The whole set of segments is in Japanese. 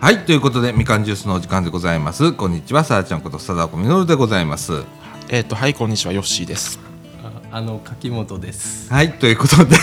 はいということでみかんジュースのお時間でございますこんにちはさあちゃんこと貞子みのるでございますえっ、とはいこんにちはヨッシーです。あの柿本です。はいということで、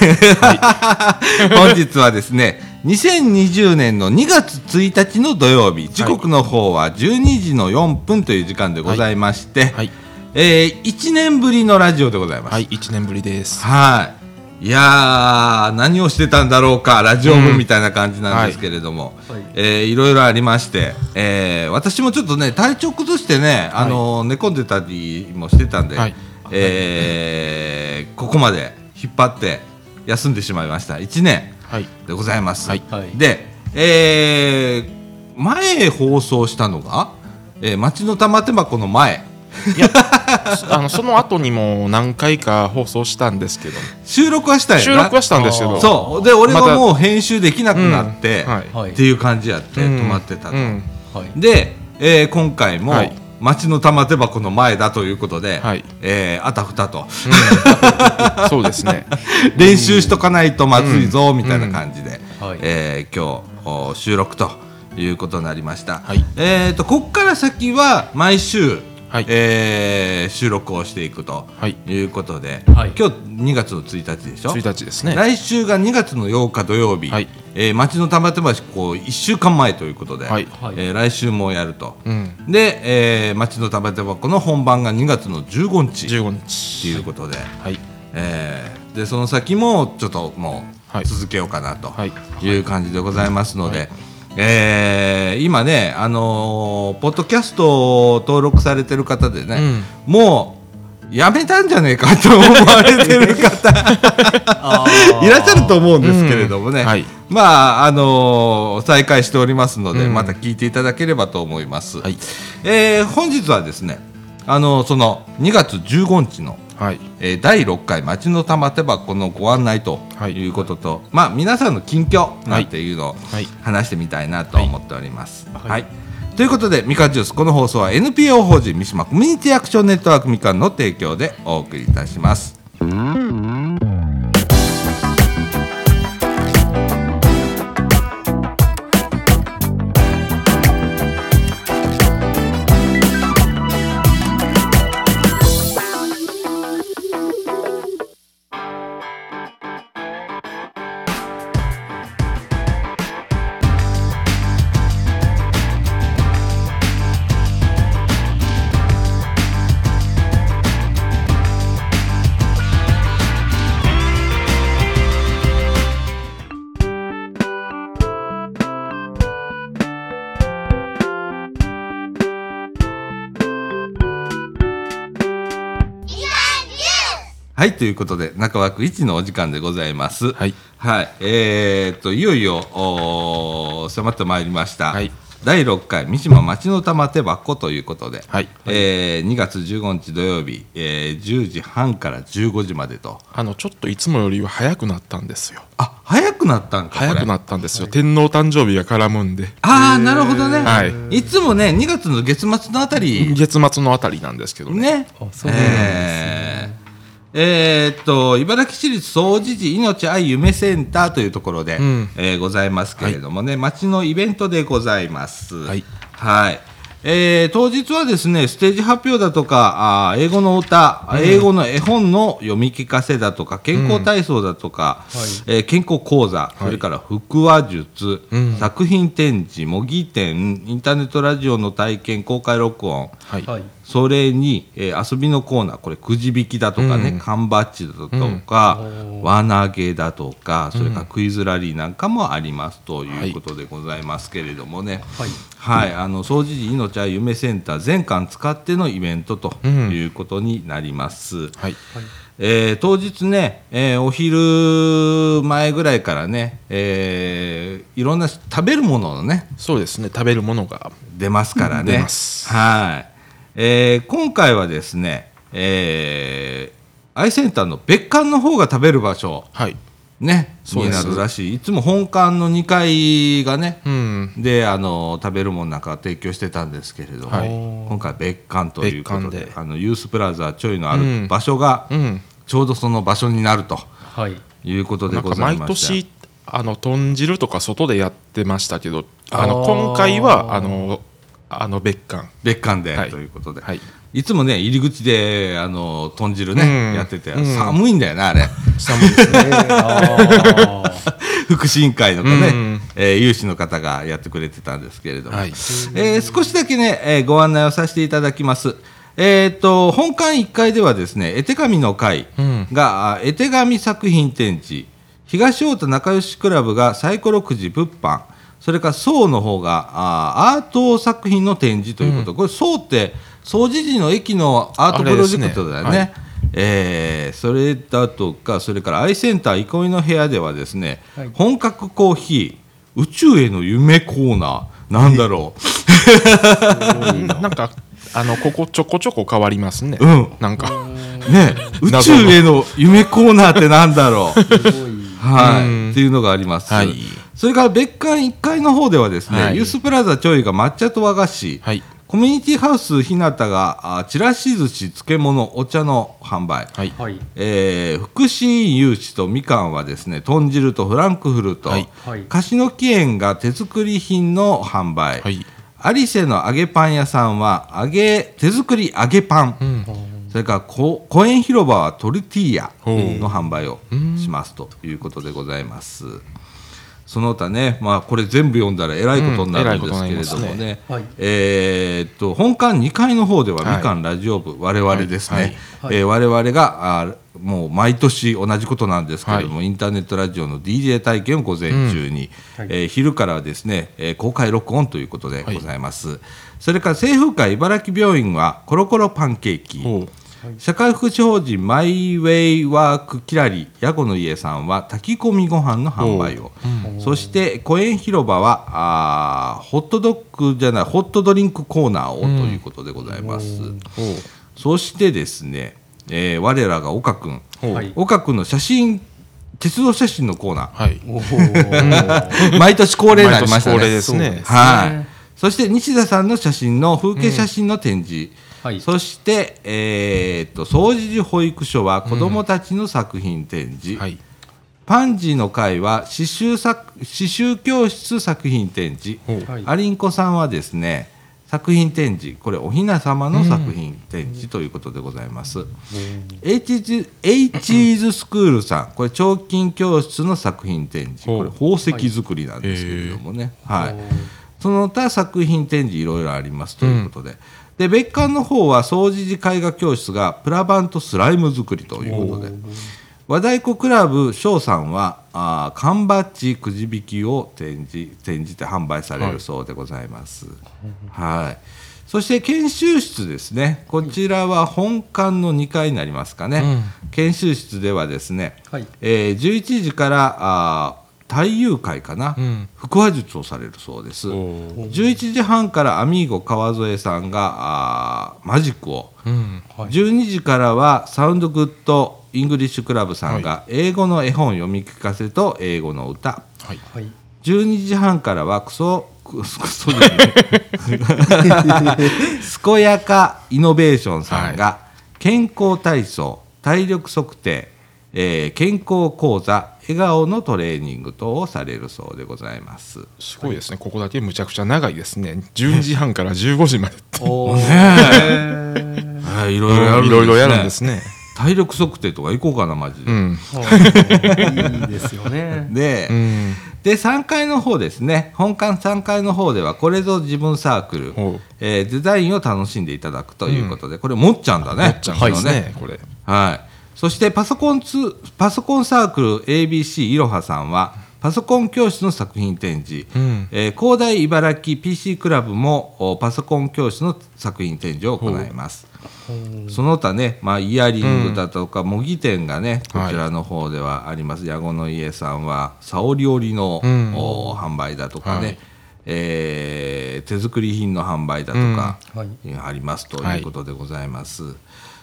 本日はですね2020年の2月1日の土曜日時刻の方は12時の4分という時間でございまして、はいえー、1年ぶりのラジオでございますは。い一年ぶりです。はい。いやー、何をしてたんだろうか、ラジオ部みたいな感じなんですけれども、うんはいえーいろいろありまして、えー私もちょっとね、体調崩してね、あのー寝込んでたりもしてたんで、はいえーここまで引っ張って休んでしまいました。1年はいでございます。はいはいで、えー前放送したのが、えー、町の玉手箱の前、い やそあのその後にも何回か放送したんですけど収録はしたんやな収録はしたんですけどそうで俺まがたもう編集できなくなって、うんはいはいっていう感じやって、うん止まってたと、うんはい。で、えー今回も、はい町の玉手箱の前だということで、はいえーあたふたとそうですね 練習しとかないとまずいぞ、みたいな感じで、うんはいえー今日お収録ということになりました、はいえー、とここから先は毎週、はいえー収録をしていくとはいいうことで、はい今日2月の1日でしょ一日ですね来週が2月の8日土曜日、はいえー町の玉手橋こう1週間前ということで、はいはいえー来週もやると、うんで、えー町の玉手箱の本番が2月の15日と十五日いうことで,、はいえーでその先もちょっともはうい続けようかなとはいいう感じでございますので、えー今ね、あのーポッドキャストを登録されてる方でね、もうやめたんじゃねえかと思われてる 方あいらっしゃると思うんですけれどもね、うんはいまああのー再開しておりますので、うんまた聞いていただければと思います、はいえー本日はですねあのーその2月15日の、はいえー第6回町の玉手箱のご案内とはいいうことと、まあ皆さんの近況なんていうのをはい話してみたいなと思っております、はいいということでみかんジュースこの放送は NPO 法人三島コミュニティアクションネットワークみかんの提供でお送りいたしますはい、ということで、中枠一のお時間でございます。はい。はい、えー、っと、いよいよ、おー迫ってまいりました。はい第6回、三島町の玉手箱ということで、はいえー2月15日土曜日、えー10時半から15時までと。あのちょっといつもよりは早くなったんですよあ、早くなったんか、これ早くなったんですよ天皇誕生日が絡むんでああ、なるほどね。。はいつもね、2月の月末のあたり、月末のあたりなんですけどねね。あそうなんですえーえーっと茨城市立総持寺命愛夢センターというところで、んえーございますけれどもね、町のイベントでございます。はいはいえー当日はですねステージ発表だとかあー英語の歌、英語の絵本の読み聞かせだとか健康体操だとか、えー健康講座、それから腹話術、うん作品展示模擬展インターネットラジオの体験公開録音、はいはい。それに、えー遊びのコーナーこれくじ引きだとかね、うん缶バッジだとか、輪投げだとかそれからクイズラリーなんかもありますということでございますけれどもね、はいはいあの総除時命は夢センター全館使ってのイベントということになります。はいえー当日ね、えーお昼前ぐらいからね、えーいろんな食べるもののねそうですね食べるものが出ますからね。出ますはい。えー今回はですね、えー、アイセンターの別館の方が食べる場所、はいね、そうにですなるらしい。いつも本館の2階がね、うんで、あの、食べるものなんか提供してたんですけれども、はい今回別館ということで別館であのユースプラザちょいのあうるん場所が、うんちょうどその場所になるとはい。いうことでなんごかざい毎ました。年あの豚汁とか外でやってましたけどあのあー今回はあのあの別館別館で、はいということで、、はいいつもね入り口であの豚汁ね、うんやっててうん寒いんだよなあれ 寒いですねあー福祉委員会のかね、うんえー有志の方がやってくれてたんですけれども、はいえー少しだけね、えーご案内をさせていただきます。えー、と本館1階ではですね絵手紙の会うんが、あ絵手紙作品展示東太田仲良しクラブがサイコロくじ物販それから宋の方があアート作品の展示ということ、これ宋って総知事の駅のアートプロジェクトだよねあれですねはいえーそれだとかそれからアイセンター憩いの部屋ではですね、はい本格コーヒー宇宙への夢コーナーなんだろななんかあのここちょこちょこ変わりますね、うんなんかうね宇宙謎のへの夢コーナーってなんだろう すごい。はうんいっていうのがあります、はいそれから別館1階の方ではですね、はいユースプラザちょいが抹茶と和菓子、はいコミュニティハウスひなたがあちらし寿司漬物お茶の販売、はいはい。えー福祉院有志とみかんはですね豚汁とフランクフルト、はいはい菓子の木園が手作り品の販売、はいアリセの揚げパン屋さんは揚げ手作り揚げパン、うんそれからこ公園広場はトルティーヤの販売をしますということでございます。その他ね、まあ、これ全部読んだらえらいことになるんですけれどもうんえらいことになりますねね、はいえーっと本館2階の方ではみかんラジオ部、我々ですね、はいえー我々があーもう毎年同じことなんですけれども、インターネットラジオの DJ 体験を午前中に、うんえー昼からはですね、えー公開録音ということでございます、それから清風会茨城病院はコロコロパンケーキ、おう社会福祉法人マイウェイワークキラリヤゴの家さんは炊き込みご飯の販売を、そして公園広場はあーホットドッグじゃないホットドリンクコーナーをということでございます、おうそしてですね、えー我らが岡君おうはい岡君の写真鉄道写真のコーナはいお ーー毎年恒例になりましたね毎年恒例ですねそうはいそして西田さんの写真の風景写真の展示、はい。そして、えーっと総除寺保育所は子どもたちの作品展示、はいパンジーの会は刺繍作刺繍教室作品展示、おうはいアリンコさんはですね作品展示これお雛様の作品展示ということでございます、H ーズスクールさんこれ彫金教室の作品展示ほうこれ宝石作りなんですけれどもね、はいへーその他作品展示いろいろありますということで、で別館の方は掃除寺絵画教室がプラ板とスライム作りということで和太鼓クラブ翔さんはあー缶バッジくじ引きを展示展示て販売されるそうでございます。はい、そして研修室ですねこちらは本館の2階になりますかね、研修室ではですね、はいえー11時からあー太遊会かな、うん腹話術をされるそうですおう11時半からアミーゴ川添さんがあーマジックをうんはい12時からはサウンドグッドイングリッシュクラブさんが英語の絵本読み聞かせと英語の歌はいはい。 12時半からはクソ クソクソじゃない健やかイノベーションさんが、健康体操体力測定、えー健康講座笑顔のトレーニング等をされるそうでございます。ねすごいですねここだけむちゃくちゃ長いですね12時半から15時ま でっておーえはい、いろいろいろやるんですね。ね体力測定とか行こうかなマジで。うんはいいいですよ ね。で、うんで3階の方ですね本館3階の方ではこれぞ自分サークルおう、えーデザインを楽しんでいただくということで、これもっちゃんだねなっちゃうんですこれねこれはい、そしてパソコンツパソコンサークル ABC いろはさんはパソコン教室の作品展示、うんえー広大茨城 PC クラブもおパソコン教室の作品展示を行います。その他ね、まあ、イヤリングだとか模擬店がね、こちらの方ではあります、矢後の家さんは沙織織の、うんお販売だとかね、はいえー手作り品の販売だとか、はい。ありますということでございます、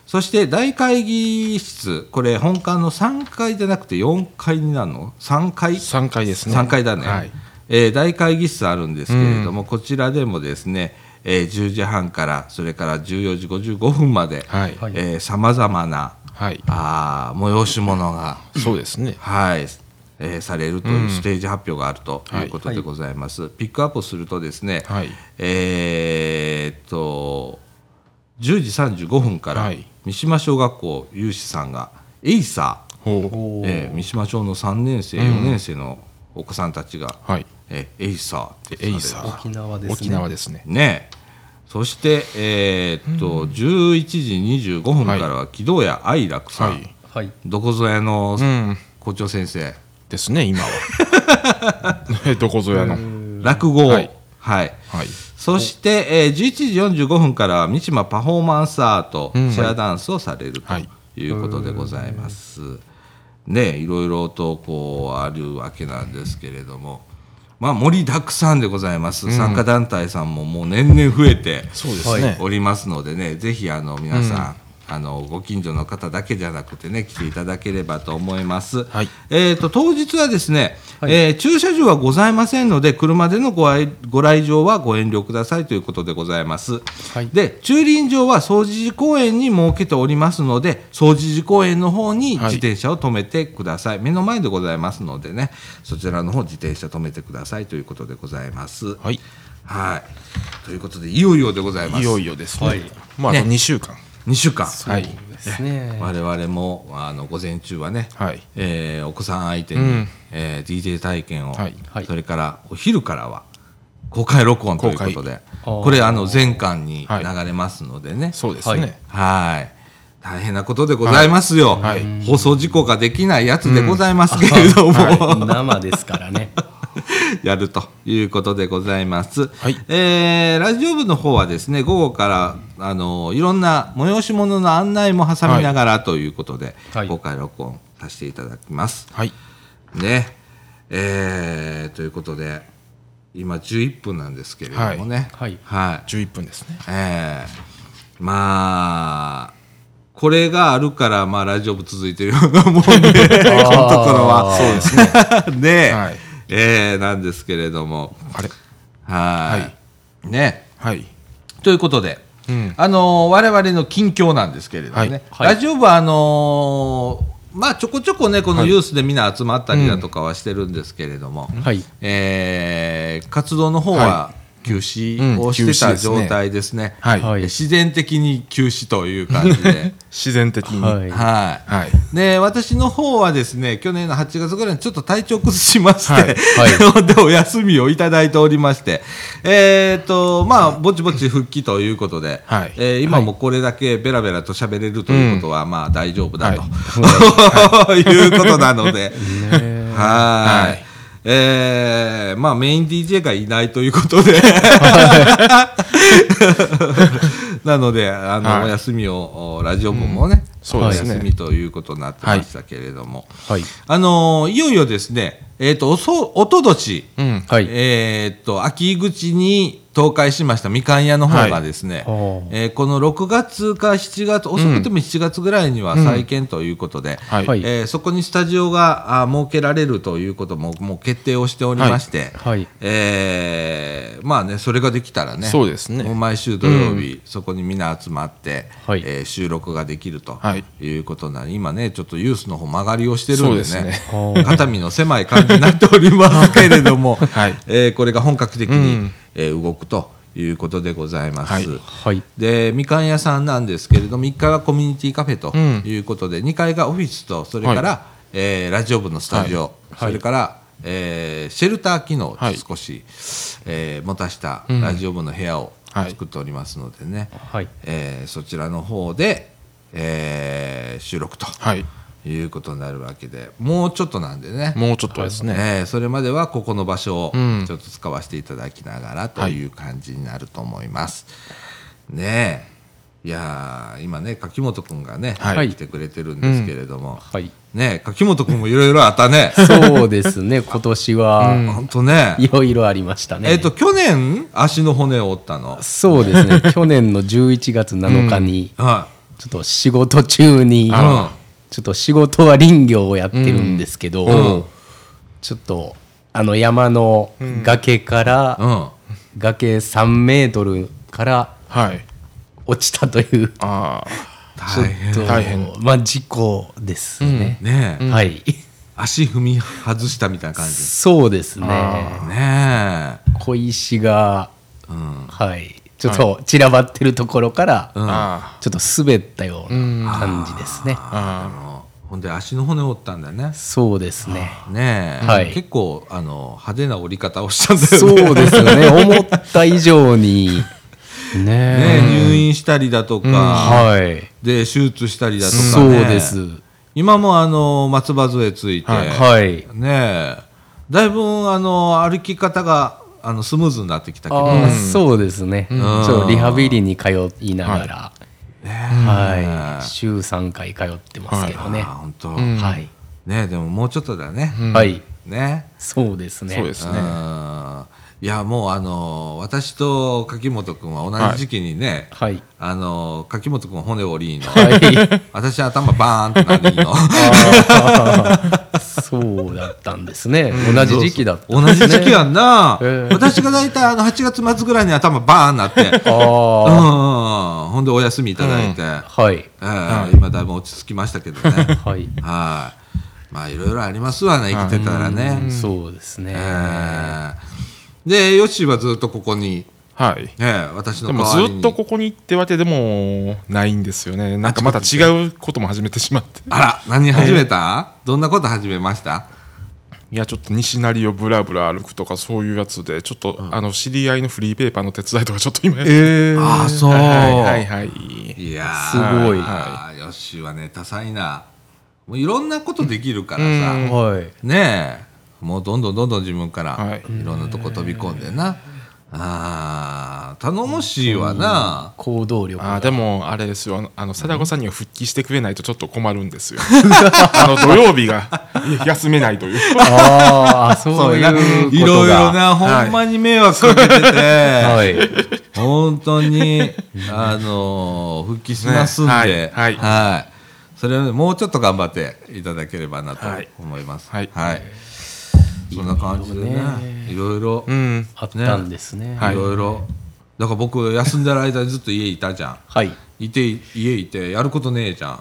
そして大会議室これ本館の3階じゃなくて4階になるの3階3回ですね3階だね、はいえー大会議室あるんですけれども、こちらでもですね、えー10時半からそれから14時55分まではいはいさまざまなはいあー催し物がそうですねはいえーされるというステージ発表があるということでございます。ピックアップするとですね、はいえーっと10時35分からはい三島小学校有志さんがエイサー、ほおーえー三島町の3年生4年生のお子さんたちが、うはいえーエイサーってエイサー沖縄ですね。沖縄ですねねえそして、えーっと11時25分からは木戸屋愛楽さん、はいはい。どこぞやのうん校長先生、ですね今はえ どこぞやの落語をはいはい、はいそして、えー、11時45分からは三島パフォーマンスアート、チェアダンスをされるとはいいうことでございます。ね、いろいろとこうあるわけなんですけれども、まあ、盛りだくさんでございます、参加団体さんももう年々増えてそうですねおりますのでね、ぜひあの皆さん、あのご近所の方だけじゃなくてね来ていただければと思います。はいえー、と当日はですね、えー駐車場はございませんので車でのご愛ご来場はご遠慮くださいということでございます、はいで駐輪場は総除寺公園に設けておりますので総除寺公園の方に自転車を止めてください、目の前でございますのでねそちらの方自転車止めてくださいということでございますはい、はいということでいよいよでございますいよいよですね、はいまああと2週間2週間はいですね。我々もあの午前中はね、はいえーお子さん相手に、うんえー DJ 体験を、はいはいそれからお昼からは公開録音ということで公開これあの全巻にはい流れますのでね、そうですね、ははいい大変なことでございますよ、はいは放送事故ができないやつでございますけれども、はい生ですからね。 やるということでございます、はいえーラジオ部の方はですね午後からあのいろんな催し物の案内も挟みながらということで、はい公開録音させていただきます。はいねえーということで今11分なんですけれどもねはいはい11分ですねえーまあこれがあるからまあラジオ部続いてるような もんでこのところはそうですね ねえ、はいえーなんですけれどもあれはいはね はいということで、うんあのー我々の近況なんですけれどもね、はいはいラジオ部はあのーまあちょこちょこねこのユースでみんな集まったりだとかはしてるんですけれども、はい。えー活動の方はは休止をしてうん休止たですね状態ですね。はい、はい自然的に休止という感じで。自然的にはいはい はいで私の方はですね去年の8月ぐらいにちょっと体調崩しまして、はいは でお休みをいただいておりまして、えーとまあ、ぼちぼち復帰ということで、はいえー今もこれだけべらべらと喋れるということは、まあ大丈夫だと、は いい、うことなので。ねはい。はいえーまあメイン DJ がいないということで、 なので、あの、はいお休みを、おラジオ部もね、そうですねお休みということになってましたけれども、はい。あのーいよいよですね、えっ、と、おそ、おととし、うんはい。えっ、と、秋口に倒壊しましたみかん屋の方がですね、はあえーこの6月か7月、遅くても7月ぐらいには再建ということで、はい、はいえーそこにスタジオがあー設けられるということももう決定をしておりまして、はいはいえーまあね、それができたらね、そうですねもう毎週土曜日、そこにみんな集まって、はいえー収録ができると、はいい、うことなので、今ね、ちょっとユースの方曲がりをしてるんでね、そうですね肩身の狭い感じになっておりますけれども、 はいえーこれが本格的に、うんえー動くということでございます。はいはい。でみかん屋さんなんですけれども1階はコミュニティカフェとうんいうことで、2階がオフィスとそれから、えーラジオ部のスタジオ、はいそれから、えーシェルター機能をはい少し、えー持たしたラジオ部の部屋をはい作っておりますのでね、はい。えーそちらの方で、えー収録とはいいうことになるわけでもうちょっとなんでねもうちょっとですね、えーそれまではここの場所をうんちょっと使わせていただきながらという感じになると思います。ねえいやー今ね柿本君がね、はい来てくれてるんですけれども、はい。。ねえ柿本君もいろいろあったねそうです ね。今年は、本当ね。いろいろありましたね。えっ、と去年足の骨を折ったの。そうですね。去年の11月7日に、はちょっと仕事中に、あちょっと仕事は林業をやってるんですけど、ちょっとあの山の崖から、い。うん。崖3メートルからはい落ちたという、あ大ちょ変っと大変まあ事故ですね。ねえ。はい。足踏み外したみたいな感じ。そうですね。ね小石が、え。うん。はい。ちょっと散らばってるところから、うん。あちょっと滑ったような感じですね。あああほんで足の骨折ったんだね。そうですね。ねえ、はい結構あの派手な折り方をしたんだよね。そうですよ ね。思った以上に。ねえねえ。入院したりだとか、はい。で手術したりだとか、ね、そうです。今もあの松葉杖ついて、はい。ねえだいぶあの歩き方があのスムーズになってきたけどああ、そうですね。ちょっとリハビリに通いながら、はい。週3回通ってますけどね。あ本当、んはい。ねえでももうちょっとだね、はい。ねそうですね。そうですうね。んいやもうあの私と柿本君は同じ時期にね、はい。あの柿本君骨折 りの、はい。私頭バーンってなりのそうだったんですね。同じ時期だった。同じ時期やんな、ええ私が大体あの8月末ぐらいに頭バーンなってあうんうあんうんほんでお休みいただいて、はい。ええ今だいぶ落ち着きましたけどねはい。はいまあいろいろありますわね生きてたらね、うんそうですね。ええでヨッシーはずっとここに、はい。ねえ、私ので代もわりずにっとここにってわけでもないんですよね。なんかまた違うことも始めてしまって。あら何始めた、どんなこと始めましたいや、ちょっと西成をぶらぶら歩くとかそういうやつで、ちょっと、あの、知り合いのフリーペーパーの手伝いとかちょっと今やってああそう、はいはいはい。いやすごいいヨッシーはね多彩なもういろんなことできるからさ、はい。ねえもうどんどんどんどん自分からはいいろんなとこ飛び込んでな、あー頼もしいわな、行動力あがーでもあれですよあのあの貞子さんには復帰してくれないとちょっと困るんです よあの土曜日がいや休めないというああ、 そういうことが。いろいろな、はいほんまに迷惑かけてて、 はい。 本当に、あのー復帰しますんで、ねはいはいそれをもうちょっと頑張っていただければなとはい思います。はいそんな感じでね、いろいろ、 うんあったんですね。はいいろいろ。だから僕、休んでる間にずっと家いたじゃん。はい。いて家いてやることねえじゃ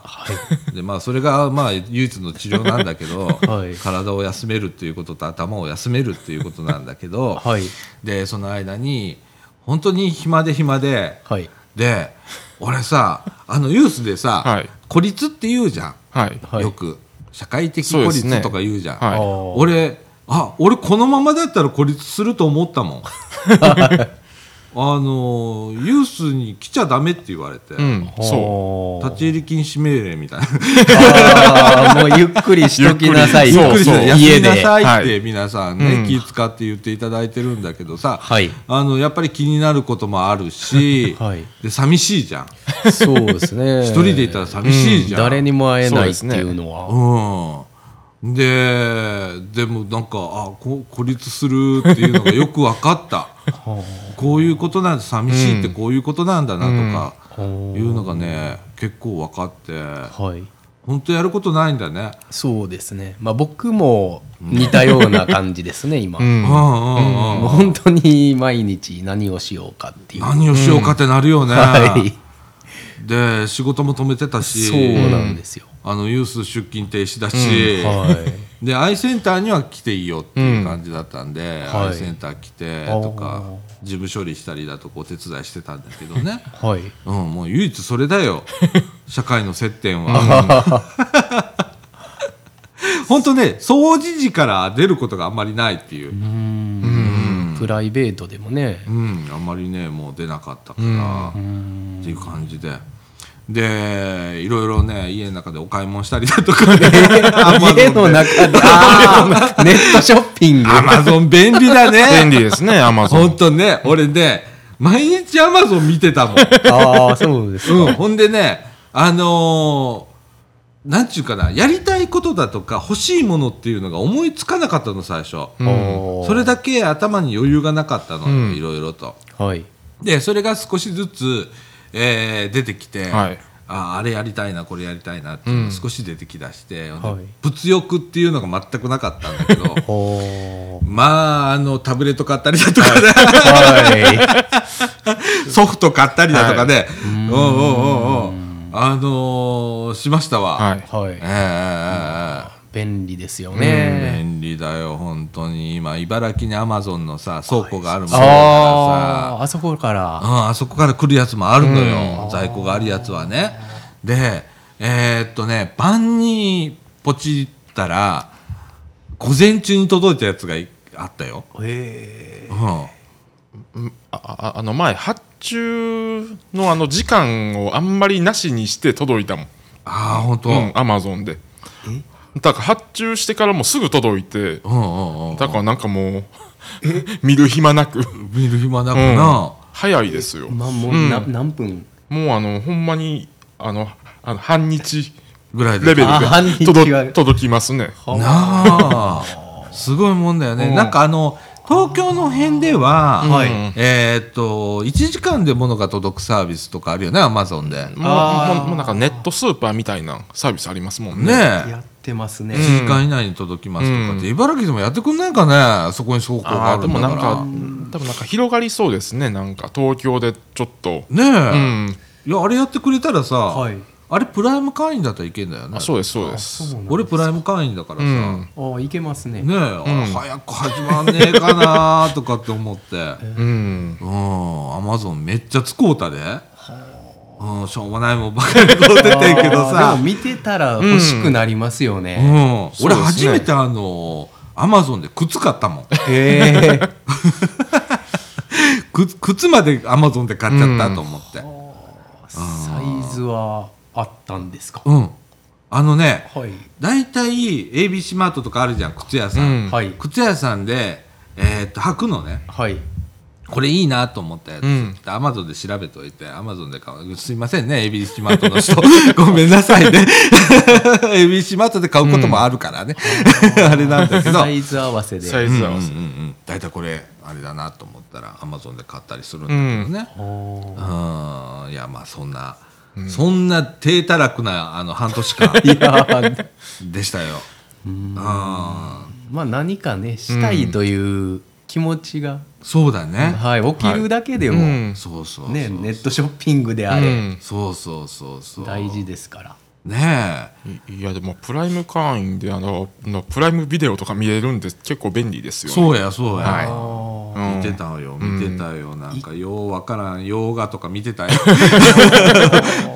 ん、でまあ、それがまあ唯一の治療なんだけ ど、はい体を休めるっていうことと頭を休めるっていうことなんだけど、はい。でその間に本当に暇で暇ではい。で俺さあのニュースでさ、はい孤立って言うじゃん、はいはいよく社会的孤そうですね立とか言うじゃん、はいあー俺あ俺このままだったら孤立すると思ったも んあのユースに来ちゃダメって言われて、うんそうそ立ち入り禁止命令みたいなあーもうゆっくりしときなさい。ゆっくり そうそう休家みなで。さいっはて皆さんね、うん気使って言っていただいてるんだけどさ、はいあのやっぱり気になることもあるし、はいで寂しいじゃんそうですね。一人でいたら寂しいじゃん、誰にも会えそうないでってすねいうのは。うんででもなんかあこ孤立するっていうのがよく分か ったこういうことなんだ寂しいってこういうことなんだなとかいうのがね結構分かってはい。本当やることないんだね。そうですね。まあ僕も似たような感じですね、今。うもんうんうんう本当に毎日何をしようかっていう。何をしようかってなるよね、はい。で仕事も止めてたしそうなんですよ。あのユース出勤停止だし、はい。でアイセンターには来ていいよっていう感じだったんで、はいアイセンター来てとか事務処理したりだとかお手伝いしてたんだけどね、 はい。うん、もう唯一それだ よ社会の接点は。 本当ね掃除時から出ることがあんまりないっていう、プライベートでもね。うん、あんまりねもう出なかったから、っていう感じで。でいろいろね家の中でお買い物したりだとか ね Amazon で家の中で、 あーネットショッピング。アマゾン 便利だね便利ですねアマゾン本当ね俺ね毎日アマゾン見てたもん、ああ、そうですうん、ほんでねあのーなんちゅうかなやりたいことだとか欲しいものっていうのが思いつかなかったの最初、おーそれだけ頭に余裕がなかったの、いろいろとはい。でそれが少しずつ、えー出てきて、はいああれやりたいなこれやりたいなっていうのが少し出てきだして、ほんではい物欲っていうのが全くなかったんだけどおまああのタブレット買ったりだとかね、は ソフト買ったりだとかね、うんうんうんうんあのーしましたわ。ははいい。はえい。えええええ便利ですよね。便利だよ本当に今茨城にアマゾンのさ倉庫があるもんだからさああ、あそこから。うん、あそこから来るやつもあるのよ、在庫があるやつはね。でえーっとね晩にポチったら午前中に届いたやつがいあったよ。えうんあああの前発注のあの時間をあんまりなしにして届いたもんああ本当。ううんんアマゾンでだから発注してからもうすぐ届いてうんうん。だからなんかもう 見る暇なく、見る暇なくうんな。早いですよえまあもう、うんな何分もうあのほんまにあのあの半日ぐらいでレベルであ半日は届届きますねなあ すごいもんだよね、うんなんかあの東京の辺では、はいえーっと1時間で物が届くサービスとかあるよねアマゾンでもうもあーうもうなんかネットスーパーみたいなサービスありますもんねねえやってますね。 1時間以内に届きますとかって、茨城でもやってくんないかねそこに倉庫がああーるでんだもかならんか多分なんか広がりそうですねなんか東京でちょっとねうえ、んいやあれやってくれたらさ、はいあれプライム会員だったらいけんだよねあそうですそうでそうすなんだ俺プライム会員だからさ、うんああ、いけますね。ねえ、あ早く始まんねえかなとかって思 って。うんうん、アマゾンめっちゃ使うたで。うん、しょうもないもんばっかり買うててんけどあーさでも。見てたら欲しくなりますようね。ん、そう俺です初ねめてあの、アマゾンで靴買ったもん。へえ。靴靴までアマゾンで買っちゃったと思って。サイズはあったんですか。うん。あのね、はい。大体 ABC マートとかあるじゃん、靴屋さん。うんはい。靴屋さんで、えーっと、履くのね。はい。これいいなと思ったやつ、うんアマゾンで調べておいて、アマゾンで買う。すいませんね、ABC マートの人。ごめんなさいね。ABC マートで買うこともあるからね。 あれなんだけど。サうイズ合わせで。サイんうんズう合わせん。大体これ、あれだなと思ったら、アマゾンで買ったりするんだけどね。あーうん。いや、まあそんな、そんな低たらくな、あの、半年 間いやーでしたよ。うん。まあ何かねしたいという気持ちが、そうだね。はい、起きるだけでも、うんそうそうそう。ね、ネットショッピングであうれ、んそうそうそうそう。大事ですから。ねえ。いいやでもプライム会員であののプライムビデオとか見れるんで結構便利ですよねそうやそうや、はいあうん見てたよ見てたよ、なんかようわからん洋画とか見てたよ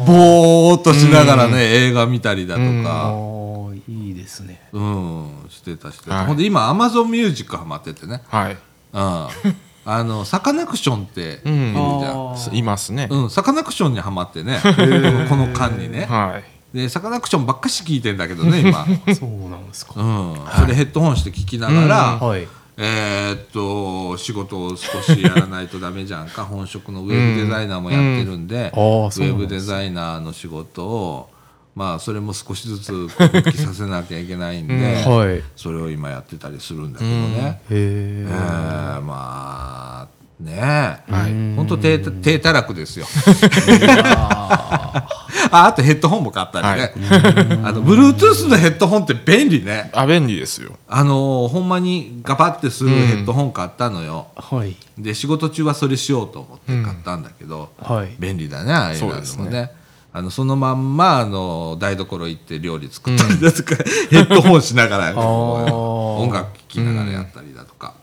ぼーっとしながらね、映画見たりだとあかー、いいですね。うん、してたしてた、はいほんで今アマゾンミュージックハマっててねはいうん あのサカナクションっているじうんゃん、あーいますねうん、サカナクションにはまってねこの間にねはいでサカナクションばっかし聞いてんだけどね 今、そうなんですか。うん、それヘッドホンして聞きながら、はい。えーっと仕事を少しやらないとダメじゃんか 本職のウェブデザイナーもやってるんで、うんウああそうなェんブデザイナーの仕事をまあそれも少しずつ復帰させなきゃいけないんで、はい。へそれを今やってたりするんだけどね、ええ。ーまあねえ、ほんと低低たらくです よああとヘッドホンも買ったりね、あの Bluetooth のヘッドホンって便利ねあ便利ですよあのーほんまにガバってするヘッドホン買ったのよ、はい。で仕事中はそれしようと思って買ったんだけど、はい。便利だねああいうのもそうねですそねあのそのまんまあの台所行って料理作ったりだとか、ヘッドホンしながらこう音楽聴きながらやったりだとか、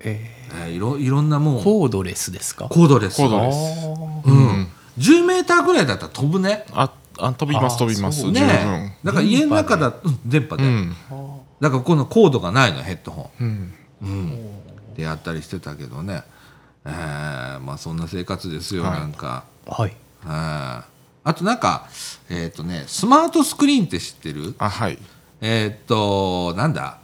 ええーいろいろんなもー、うコードレスですか。コードレスコードレスうん、10メーターぐらいだったら飛ぶねああ飛びまあす飛びますそう十分ねだから家の中だと電波で、うんだからこのコードがないのヘッドホンうんでやったりしてたけどね、えーまあそんな生活ですよ、はいなんか、はい。うんあとなんかえっ、とねスマートスクリーンって知ってるあはいえっ、となんだ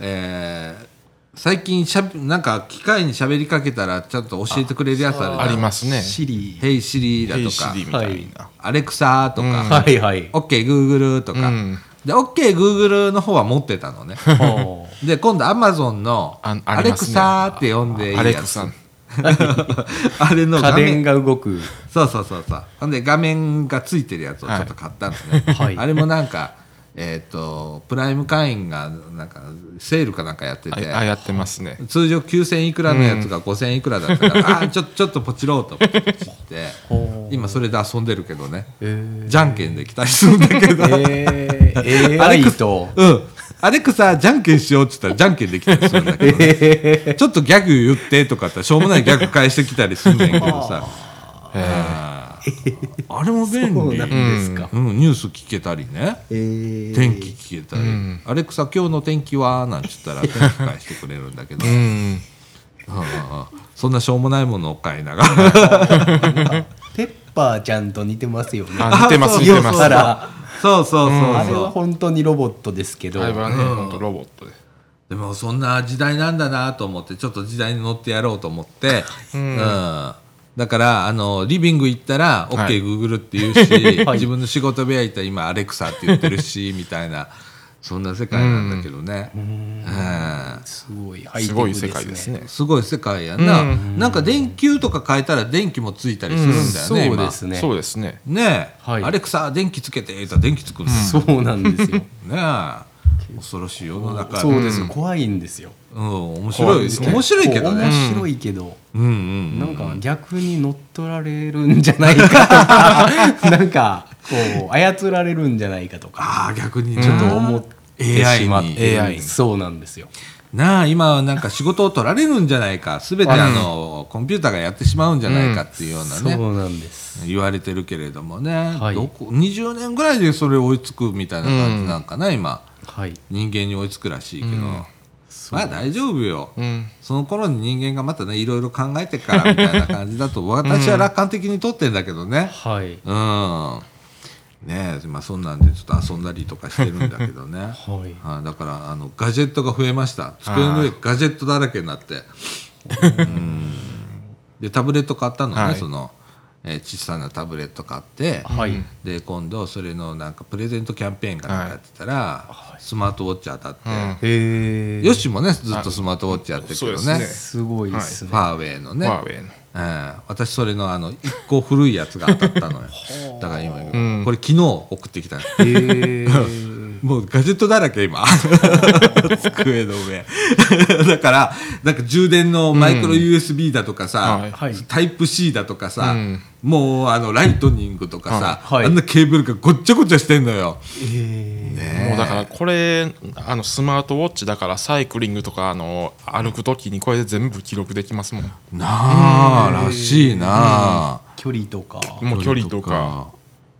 えー最近しゃべなんか機械に喋りかけたらちゃんと教えてくれるやつあるありますねシリヘイシリだヘとイシかリみたいなアレクサとー。か、はいはい。オッケーグーグルとか、うんでオッケーグーグルの方は持ってた のねはあで今度アマゾンのあアあレクりますねサって呼んでいいやアつレクサ あれの家画電面が動く。そうそうそうそうほんで画面がついてるやつをちょっと買ったんですね、はいあれもなんかえっ、とプライム会員がなんかセールかなんかやってあてあやってます ね通常9000いくらのやつが5000いくらだったから、 あーちょちょっとポチろうと思ってポチってほ今それで遊んでるけどねえーじゃんけんできたりするんだけど、えー、AI とうんアレクサ、じゃんけんしようって言ったら、じゃんけんできたりするんだけどね、ちょっとギャグ言ってとかって、しょうもないギャグ返してきたりするんだけどさ。あーあれも便そう利なんですか。うん、ニュース聞けたりね、えー天気聞けたり、アレクサ、今日の天気はなんて言ったら、天気返してくれるんだけど、うんあーそんなしょうもないものを買いながら、ペッパーちゃんと似てますよね。あ似てますあ似 そうてますああらそうそうそうあれそうは。本当にロボットですけど、れはね本当ロボットででもそんな時代なんだなと思ってちょっと時代に乗ってやろうと思 って、うんだからあのリビング行ったら OKGoogle、はい Google って言う し、自分の仕事部屋行ったら今アレクサって言ってるしみたいなそんな世界なんだけどね、うんすごいハイテすクごい世界です。ねすごい世界やな、なんか電球とか変えたら電気もついたりするんだよそうね、今ですね。そうですねねえ、はいアレクサ電気つけて言ったら電気つくんだよ、そうなんですよ。ねえ恐ろしい世の中そうですよ。怖いんですよ。うん、面白い面白いけどね面白いけど、うんうんなんか逆に乗っ取られるんじゃないかとか、なんかこう操られるんじゃないかとか、ああ逆にちょっと思ってしまってる AI にそうなんですよ。なあ今はなんか仕事を取られるんじゃないか全てあのコンピューターがやってしまうんじゃないかっていうようなそね、うなんです。言われてるけれどもね、はいどこ20年ぐらいでそれ追いつくみたいな感じなんかな、今はい。人間に追いつくらしいけど、まあ大丈夫よ、うんその頃に人間がまたねいろいろ考えてからみたいな感じだ と私は楽観的に取ってんだけどねはい。うんねえまあそんなんでちょっと遊んだりとかしてるんだけど ねはい。はい、だからあのガジェットが増えました机の上ガジェットだらけになってうんでタブレット買ったのね、はいその、えー小さなタブレット買って、はい。で今度それのなんかプレゼントキャンペーンかなんかやってたら、スマートウォッチ当たって、へえ。よしもねずっとスマートウォッチやってるけどね,、そうですねすごいですねフ。ァーウェイのね、ファーウェイのえー私それのあの一個古いやつが当たった のよだから今、んこれ昨日送ってきたのへえ。もうガジェットだらけ今 机の上 だからなんか充電のマイクロ USB だとかさ、はいはいタイプ C だとかさ、うんもうあのライトニングとかさ、はいあんなケーブルがごっちゃごちゃしてんのよ、もうだからこれあのスマートウォッチだからサイクリングとかあの歩く時にこれで全部記録できますもんなあらしいなあ、距離とか。もう距離とか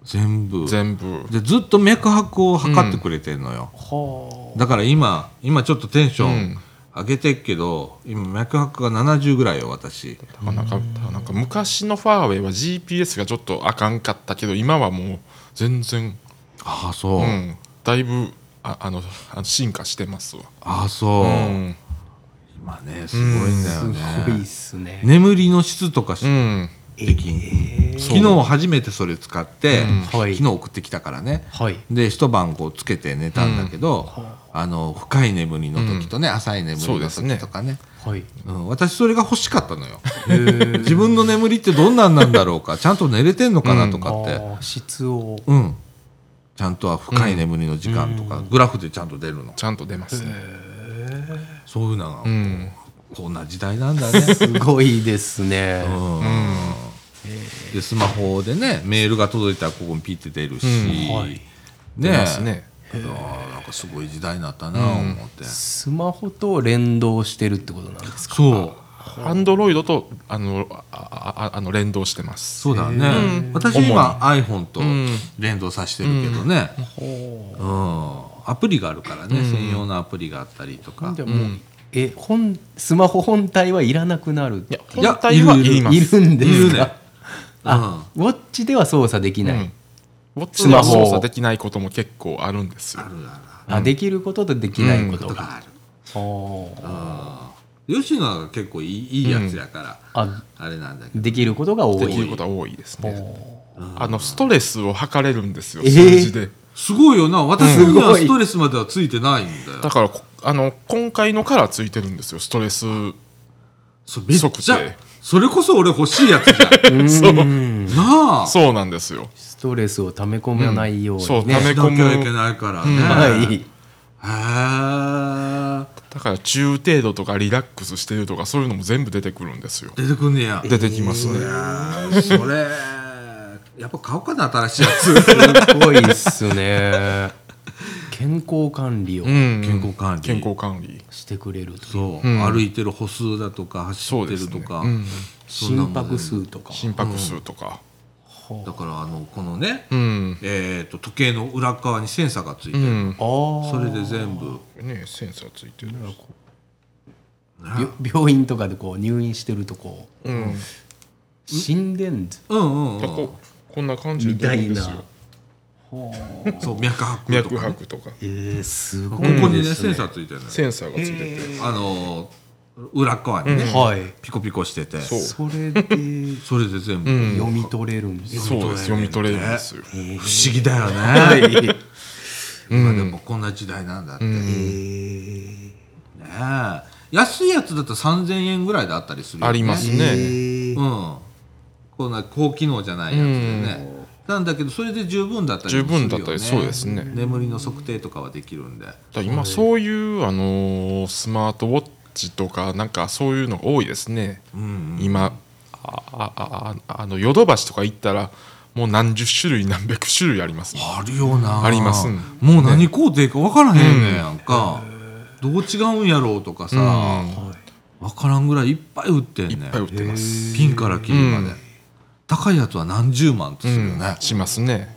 全部全部でずっと脈拍を測ってくれてんのよ、はだから今今ちょっとテンショうン上げてっけど、今脈拍が70ぐらいよ私なんかなんか昔のファーウェイは GPS がちょっとあかんかったけど今はもう全然、ああそう、うん、だいぶああのあの進化してますわ、ああそう、うん今ねすごいんだよあ。すね、ごいっすね。眠りの質とかしうん、できん、そ昨う日初めてそれ使って、は昨い日送ってきたからね、はい。で一晩こうつけて寝たんだけど、あの深い眠りの時とね、浅い眠りの時とかねはい。うん、私それが欲しかったのよ自分の眠りってどんなんなんだろうかちゃんと寝れてんのかなとあかって、ー質を。うん、ちゃんとは深い眠りの時間とか、グラフでちゃんと出るのちゃんと出ますね、そういうのが、うん、こんな時代なんだねすごいですね。でスマホでねメールが届いたらここにピッて出るし、うんはいね出ますねあーなんかすごい時代になったなと思って、スマホと連動してるってことなんですか。そうアンドロイドとあのあああの連動してますそうだね、私今 iPhone と連動させてるけどね、うんアプリがあるからね、専用のアプリがあったりとかじゃあもうえ本スマホ本体はいらなくなる。いやいや本体はいるいるいりますいるんですいるねか。あ、ウォッチでは操作できない。ウォッチでは操作できないことも結構あるんですよあできることとできないこととが。かある、あ吉野は結構いいいいやつやから、ーああれなんだけどできることが多い。できることは多いですねあのストレスを測れるんですよえー数字で、すごいよな私にすはごいストレスまではついてないんだよ、だからこあの今回のからついてるんですよストレスそめっ即ちゃ定それこそ俺欲しいやつじゃんなあそうなんですよストレスを溜め込まないようにね。そう溜めしなきゃいけないからね、はい。へだから中程度とかリラックスしてるとかそういうのも全部出てくるんですよえ出てくんねや出てきますね、あーそれやっぱ買おうかな新しいやつすごいっすね。健康管理をうん健康管理健康管理してくれるというそう、歩いてる歩数だとか走ってるとか、心拍数とか心拍数とかだからあのこのね、うん、えー、と時計の裏側にセンサーがついてうる、んあーそれで全部ねセンサーついてるびょ病院とかでこう入院してるとこううん心電図うんうん、うだからんこ、うこんな感じで出るんですよみたいなそう脈拍と脈か、ね、こ拍とかえー、すごこいにねですセねンサーついてるのよセンサーがついててあの裏側にね、はいピコピコしててそうそそれで読れで全部、んみ取れるんですよ、そうです読み取れるんですよ不思議だよはね、い今でもこんな時代なんだって、ねえ安いやつだったら3000円ぐらいであったりするよ、ね、ありますねうん、こんな高機能じゃないやつでね、なんだけどそれで十分だったり十もするよ、ね、分だったりそうですね眠りの測定とかはできるんでだから今そういうあのースマートウォッチとかなんかそういうのが多いですね、今ああああのヨドバシとか行ったらもう何十種類何百種類ありますねあるよなありますもう何工程か分からへんねんやんか、どう違うんやろうとかさ、分からんぐらいいっぱい売ってんねいっぱい売ってます、ピンからキリまで、うん高いやつは何十万とするようんね、しますね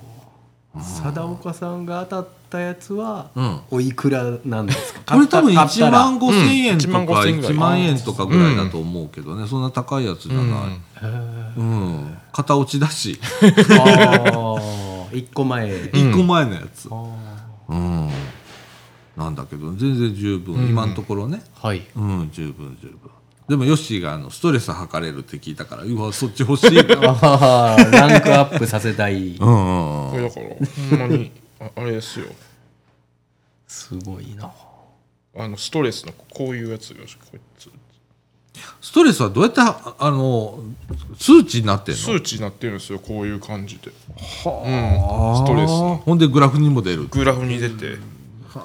貞岡さんが当たったやつは、うんおいくらなんですかこれ多分買った1ら万5千円とかうん1万5000円ぐら1い万円とかぐらいだと思うけどね、そんな高いやつじゃない、うん片落ちだしああ1個前1個前のやつ、あうんなんだけど全然十分、今のところねーはいうん十分十分でもヨッシーがあのストレス測れるって聞いたからうわそっち欲しい なあーランクアップさせたいうんうんうんこれだからほんまにああれですよすごいなあのストレスのこういうやつよしこいつストレスはどうやってああの数値になってんの数値になってるんですよこういう感じであーストレスのほんでグラフにも出るグラフに出て、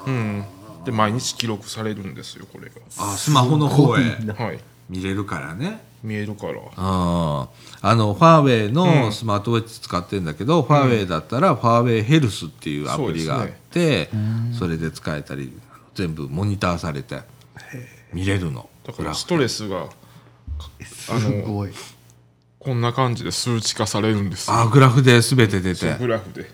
うん、で毎日記録されるんですよこれあスマホの方へがはい見れるからね見えるからああのファーウェイのスマートウォッチ使ってんだけど、ファーウェイだったらファーウェイヘルスっていうアプリがあってそ,、れで使えたり全部モニターされて見れるのだかグラらフストレスがあすのごいこんな感じで数値化されるんですよああグラフで全て出てグラフで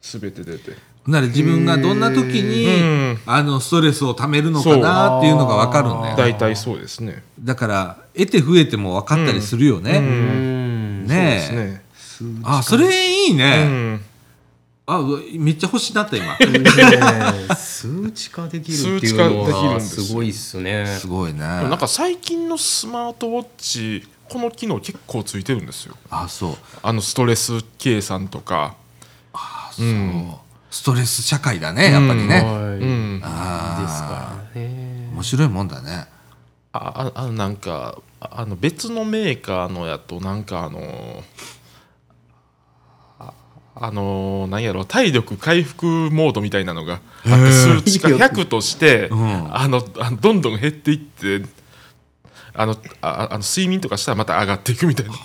全て出てほんなら自分がどんな時にあのストレスをためるのかなっていうのが分かるんだよ大体そうですねだから得て増えても分かったりするよね、うんそうでねえすねあそれいいうね、んあうわめっちゃ欲しなった今数値化できるっていう数の値化できるんはですよすごいっすねすごい ねでもなんか最近のスマートウォッチこの機能結構ついてるんですよあそうあのストレス計算とかそうストレス社会だねやっぱりね、はいうんですからね面白いもんだねあああのなんかああの別のメーカーのやとなんかあのーああのーなんやろ体力回復モードみたいなのがあって数値 が100として、あのあのどんどん減っていってあのああの睡眠とかしたらまた上がっていくみたいなそういう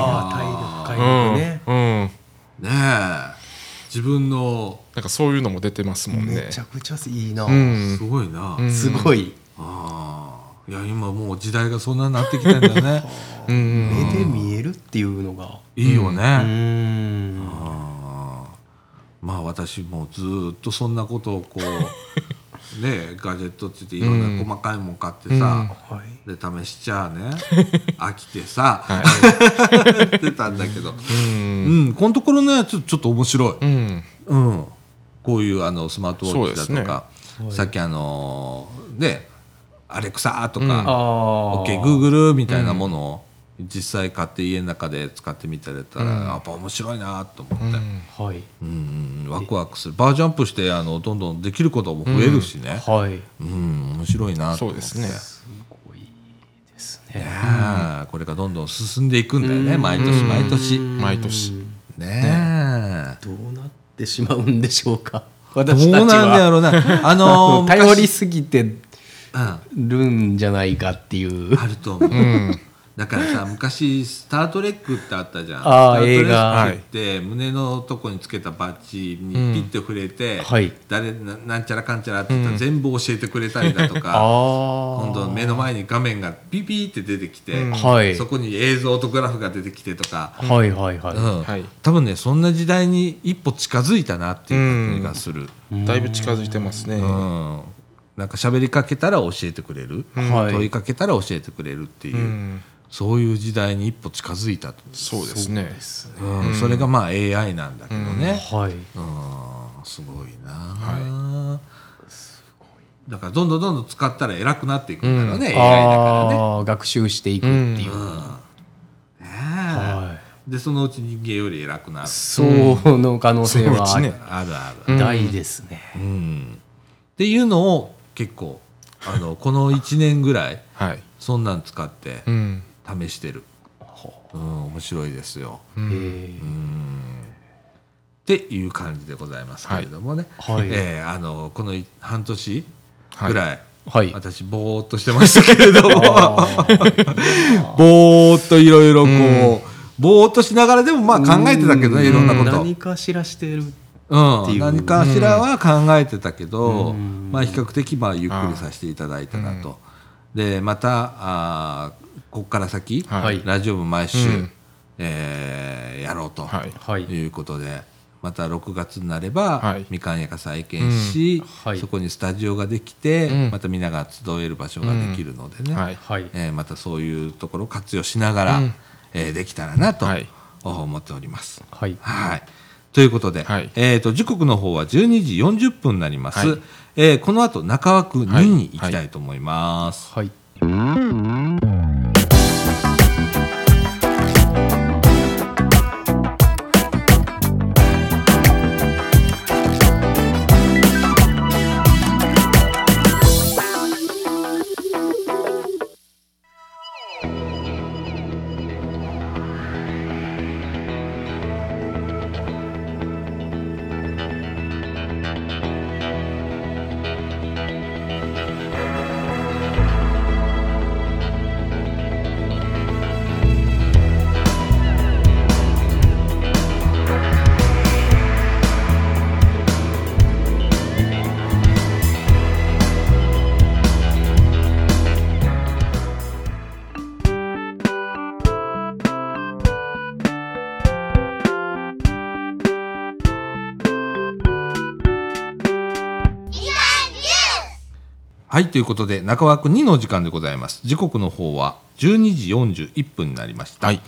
あ体力うん回復ねうん、ねえ自分のなんかそういうのも出てますもんねめちゃくちゃいいなうんすごいな、あすごいあいや今もう時代がそんなになってきてんだね うん目で見えるっていうのがいいよね、うーんあーまあ私もずーっとそんなことをこうねえガジェットって言っていろんな細かいもん買ってさ、はいで試しちゃあね飽きてさ、出たんだけどうん、このところのやつちょっと面白い、うんうん、こういうあのスマートウォッそうチでだすとねか、さっきあのーねアレクサとあか、あオッケーグーグルみたいなものを実際買って家の中で使ってみたりだったら、やっぱ面白いなと思って、うんはいうんワクワクするバージョンアップしてあのどんどんできることも増えるしね、はいうん面白いなとそ思うっでてすねすごいですねあーこれがどんどん進んでいくんだよね、毎年毎年ね毎年え、どうなってしまうんでしょうかど 私たうちなんだ はろうなあ のー頼りすぎて昔うんるんじゃないかっていうあると思う、だからさ昔「スター・トレック」ってあったじゃんスターあートレック映画って胸のとこにつけたバッジにピッて触れて、はい誰ななんちゃらかんちゃらって言ったら全部教えてくれたりだと あか、 あ今度目の前に画面がピピって出てきて、はいそこに映像とグラフが出てきてとか、はいはいはい、うんはい多分ねそんな時代に一歩近づいたなっていう感じがする、だいぶ近づいてますね、うんなんか喋りかけたら教えてくれる、はい問いかけたら教えてくれるっていう、うんそういう時代に一歩近づいたと、そうですねうんそれがまあ AI なんだけどね、はいうんすごいな、はい、だからどんどんどんどん使ったら偉くなっていくんだろうね、AI だからね。ああ学習していくっていう、ねえはでそのうち人間より偉くなるい、そうの可能性そのうちねはあるある。大ですね、うんっていうのを結構あのこの1年ぐらいはい、そんなん使ってうん、試してる、うん、面白いですよええっていう感じでございますけれどもね、はいえーあのこのい半年はいぐらい、はい私ぼーっとしてましたけれども ぼーっといろいろこう、ぼーっとしながらでもまあ考えてたけどねいろんなこと。何かしらしてるってういん、う何かしらは考えてたけど、まあ、比較的まあゆっくりさせていただいたなと、でまたあーここから先、はいラジオ部毎週、えーやろうとはいはいいうことで、また6月になれば、はいみかん屋が再建し、うんはいそこにスタジオができて、うんまたみんなが集える場所ができるのでね、はいはいえーまたそういうところを活用しながら、うんえーできたらなとはい思っております。はいはい。ということで、はいえっ、と、時刻の方は12時40分になります。はいえーこの後、中枠2に行きたいと思います。はいはい、ということで、中枠2の時間でございます。時刻の方は12時41分になりました。はい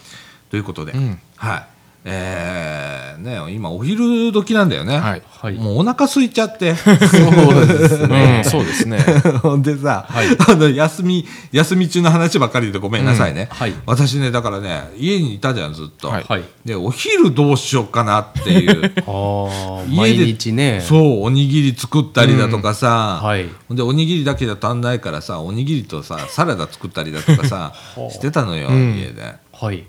ということで、んはい。えー、ね、今、お昼時なんだよね。はいはいもうお腹空いちゃ って。そうですうん、 そうですねほんでさ、あの休み休み中の話ばっかりでごめんなさいね、うんはい私ねだからね家にいたじゃんずっと、はいはいでお昼どうしようかなっていう ああ家毎で日ねそうおにぎり作ったりだとかさ、うんはいほんでおにぎりだけじゃ足んないからさおにぎりとさサラダ作ったりだとか さしてたのよ、家ではい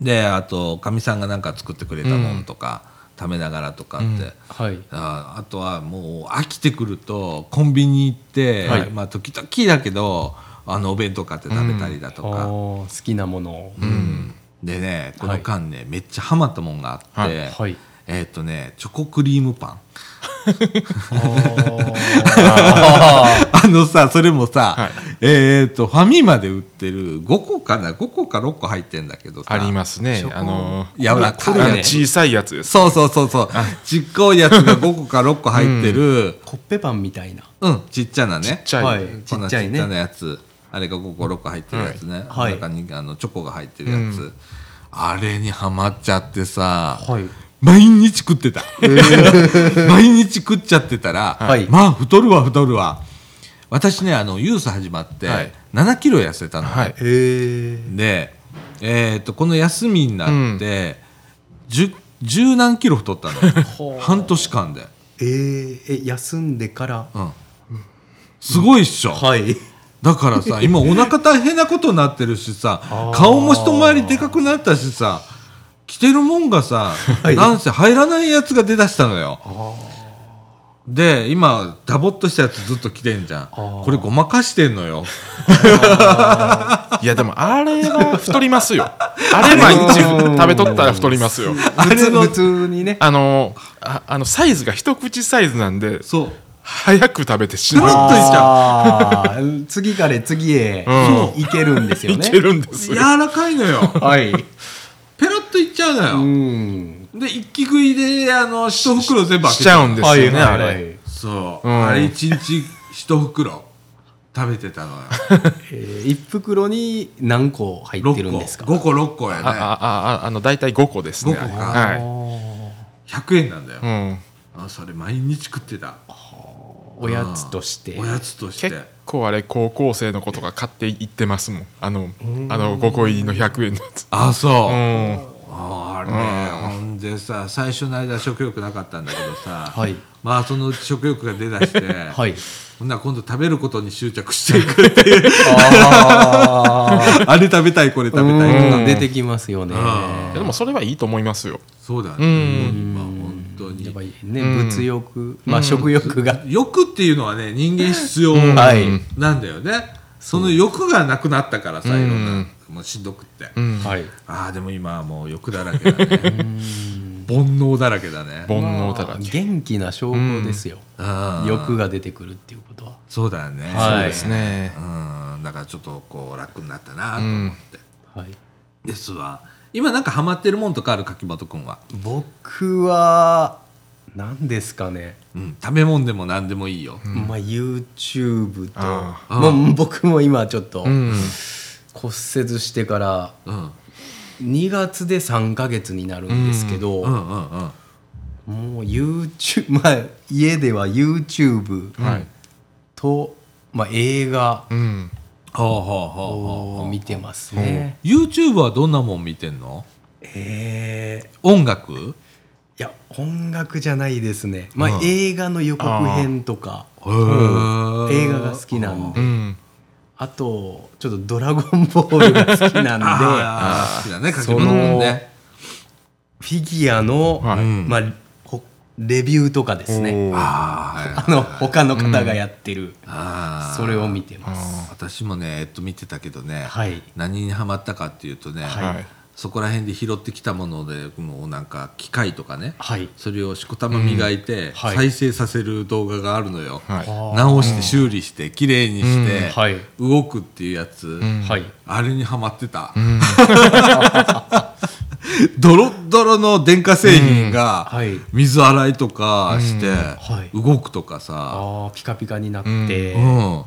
であとかみさんがなんか作ってくれたもんとか、食べながらとかって。はいああとはもう飽きてくるとコンビニ行って、はいまあ時々だけどあのお弁当買って食べたりだとあか、ー好きなものをでねこの間ね、めっちゃハマったもんがあって、ははいえーっ、とねチョコクリームパンあのさそれもさ、はいえーっ、とファミマで売ってる5個かな5個か6個入ってんだけどさありますねチョコあのー柔らかいあのね小さいやつですそうそうそうそうちっこいやつが5個か6個入ってる、コッペパンみたいなうん、ちっちゃなねちっちゃい、はいこんなちっちゃいねちっちゃなやつあれが5個6個入ってるやつね、はい中にあのチョコが入ってるやつ、あれにはまっちゃってさ、はい毎日食ってた毎日食っちゃってたら、はいまあ太るわ太るわ私ねあのユース始まってはい7キロ痩せたの、はいへえで、えー、とこの休みになって、十十何キロ太ったの半年間で、え休んでからうん、すごいっしょ、はいだからさ今お腹大変なことになってるしさ顔も一回りでかくなったしさ着てるもんがさ、なんせ入らないやつが出だしたのよで今ダボっとしたやつずっと着てんじゃんこれごまかしてんのよいやでもあれは太ります よあれ毎日食べとったら太りますよあれの普通にねあのああのサイズが一口サイズなんでそう早く食べてしドロまッとしちゃあー次から次へう行けるんですうよいねけ。るんでうす柔よらかいのよ はい。ペロッといっちゃうのよ、うん。で一気食いであの一袋全部開けしちゃうんですよね、あれ、れ。そう、うんあれ一日一袋食べてたのよえー一袋に何個入ってるんです6か。個5個6個やあねあああの大体5個ですね5個かはい100円なんだよ、うん、あそれ毎日食ってたおやつとしてお。やつとして結構あれ高校生の子とか買っていってますもんあのあの5個入りの100円のやつあそう、うんあれ、ほんでさ最初の間食欲なかったんだけどさ、はいまあそのうち食欲が出だして、はい。ほんなら今度食べることに執着していくっていうあ あれ食べたいこれ食べたいとかあ。出てきますよね。あでもそれはいいと思いますよそうだうね、んまあ本当やっぱにりね、物欲、まあ食欲が。欲っていうのはね人間必要はいなんだよね、その欲がなくなったからさいろんな、もうしんどくって、はい。ああでも今はもう欲だらけだ ね煩悩だらけだね煩悩だらけ元気な証拠ですよ。うん欲が出てくるっていうことは。そうだよね、はそいうですねうんだからちょっとこう楽になったなと思って、はい。ですわ今なんかハマってるもんとかある柿本君は、僕は何ですかね、うん、食べ物でも何でもいいよ、まあ YouTube とああまあ、僕も今ちょっとうん骨折してからうん、うん2月で3ヶ月になるんですけど、うんうんうんもう YouTube まあ家では YouTube はいと、まあ、映画うんほうほうほうほを見てますね。う YouTube はどんなもん見てんのえー音楽いや音楽じゃないですね、まあうん映画の予告編とかうん映画が好きなんででうんあとちょっと「ドラゴンボール」が好きなん であー好きだね柿そ本の君ねフィギュアの、はいうんまあ、ほレビューとかですねおーああの他の方がやってる、あーそれを見てます私もねえっと見てたけどね、はい何にハマったかっていうとね、はいそこら辺で拾ってきたものでもうなんか機械とかねはいそれをしこたま磨いてはい再生させる動画があるのよ、はい直して修理して綺麗にして、うんはい動くっていうやつ、はいあれにはまってた、 ドロッドロの電化製品がうんはい水洗いとかしてはい動くとかさ、ああピカピカになって、うん、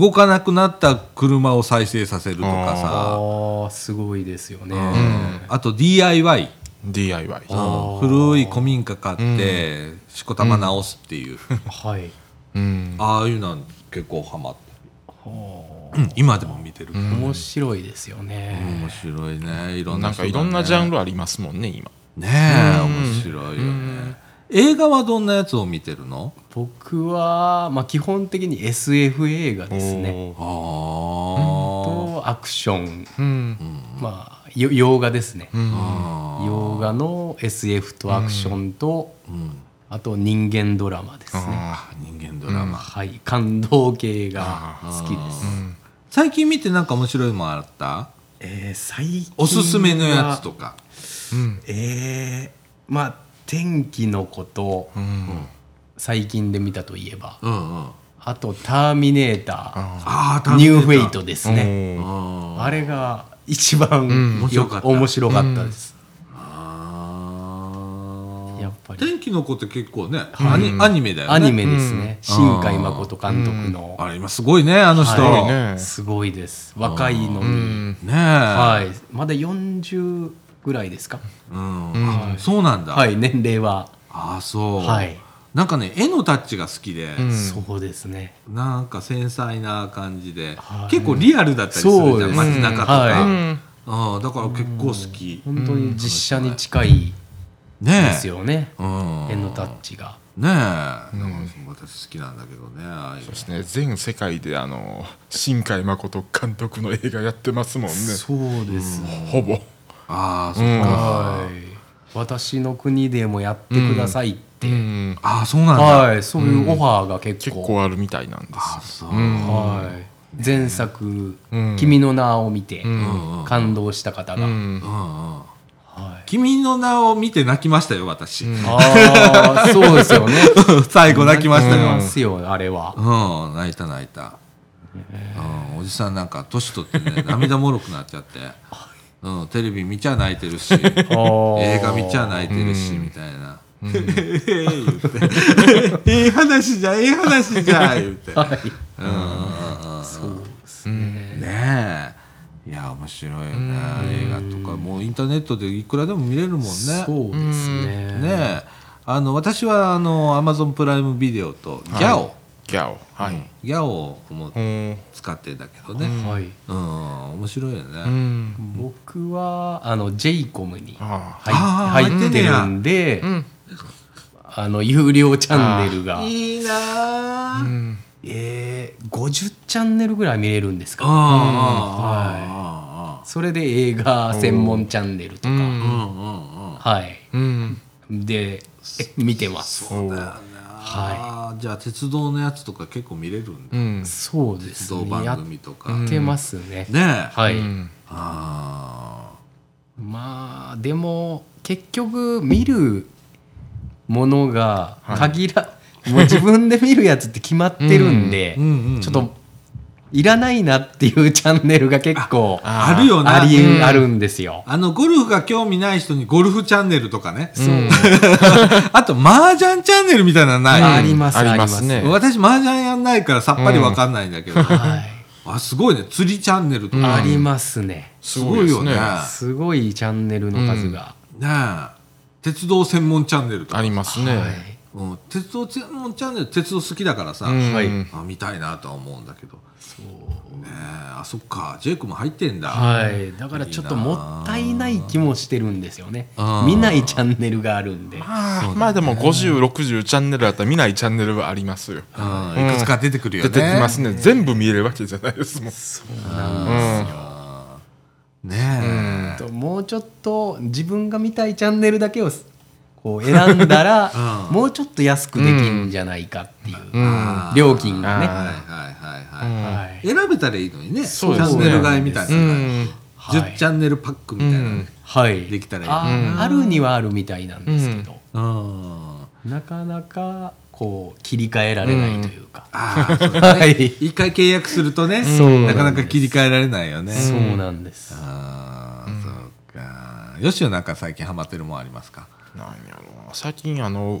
動かなくなった車を再生させるとかさああすごいですよね、うんあと DIY DIY うん古い古民家買って、しこたま直すっていう、はいうんああいうの結構ハマってる、うん、今でも見てる、面白いですよね、面白いねいろんななん人がねかいろんなジャンルありますもんね今ねえ面白いよね映画はどんなやつを見てるの僕は、まあ、基本的に SF 映画ですねあーとアクション、うんまあよ洋画ですね、あー洋画の SF とアクションと、うんあと人間ドラマですね、あ人間ドラマはい感動系が好きです、最近見てなんか面白いもんあったえー最近はおすすめのやつとかうんえーまあ天気のこと、うん最近で見たといえばうんうんあと「ターミネータあー」「ニューフェイト」ですね、うおーんあれが一番面白よかったく面白かったです、あーやっぱり天気の子って結構ねアニアニメだよねアニメですね、新海誠監督の、あれ今すごいねあの人ごいねねはい、すごいです若いうのに、んえはい、まだ40ぐらいですか、うんあそうなんだはい、年齢は、ああそう、はいなんかね絵のタッチが好きで、そうですねなんか繊細な感じで、はい結構リアルだったりするじそうゃでんす街中とか、はいうんああだから結構好き、本当に実写に近いでねすえ、よね、うん、絵のタッチがねえ、なんか私好きなんだけどねああいうそうですね全世界であの新海誠監督の映画やってますもんねそうです、ほぼああそっか、はい私の国でもやってくださいって、うんああそうなんだ、はい、そういうオファーが結結構,、構あるみたいなんですあそう、はい、前作、ん君の名」を見て、ん感動した方が、うんうんうんはい君の名を見て泣きましたよ私、ああそうですよね 最後泣きましたいよま、すよあれはうん、泣いた泣いた、うん、おじさんなんか年取ってね 涙もろくなっちゃ って、うん、テレビ見ちゃ泣いて るし映映画見ちゃい泣いてるし、みたいな。 ええ言ってええ話じゃええ話じゃ言って、はいうんうんうんそうですねねえいや面白いよね映画とかもうインターネットでいくらでも見れるもんねそうですねねえあの私はあのアマゾンプライムビデオとギャオ、ギャオはいギャオもうん使ってんだけどねはいうん、面白いよね、うん僕はあの J コムにあ入あーっ入ってるんでんあの有料チャンネルがいいなあ、うん、えー50チャンネルぐらい見れるんですかあそれで映画専門チャンネルとあううかんんうんうんはいうんでえ見てますおうあーじゃあ鉄道のやつとか結構見れるんうだ、んそうで鉄す道ねや番っ組とか、ねてますねえ、はういんあまあでも結局見るものが限ら、もう自分で見るやつって決まってるんで、うんうんうんうんちょっといらないなっていうチャンネルが結構あああるよなりうんあるんですよ。あのゴルフが興味ない人にゴルフチャンネルとかね、 あと麻雀チャンネルみたいなのない、ありますあありりまますすね私麻雀やんないからさっぱりわかんないんだけど、はい、あすごいね釣りチャンネルとか、ありますね。すごいよねすごいですねすごいチャンネルの数が。ねえ鉄道専門チャンネルとあか、りますねはいうん、鉄道専門チャンネル鉄道好きだからさ、うんはいあ見たいなとは思うんだけどそうねえあそっかジェイクも入ってんだ、はい、だからちょっともったいない気もしてるんですよねあー見ないチャンネルがあるんであまあでも5060チャンネルだったら見ないチャンネルはありますようん、いくつか出てくるよね出てきますね全部見えるわけじゃないですもんねえ、ともうちょっと自分が見たいチャンネルだけをすこう選んだら、うんもうちょっと安くできるんじゃないかっていう、あー料金がね、はいはいはいはい、はい選べたらいいのにねそうチでャすンねネル替えみたいなうのが、んはい10チャンネルパックみたいなのねはい、できたらいいあーあるにはあるみたいなんですけど、うんなかなかこう切り替えられないというか、あ あそうだねはい一回契約するとねそうなんでなすかなか切り替えられないよねそうなんです、ああそうかよしおなんか最近ハマってるもんありますかなんやろう最近あの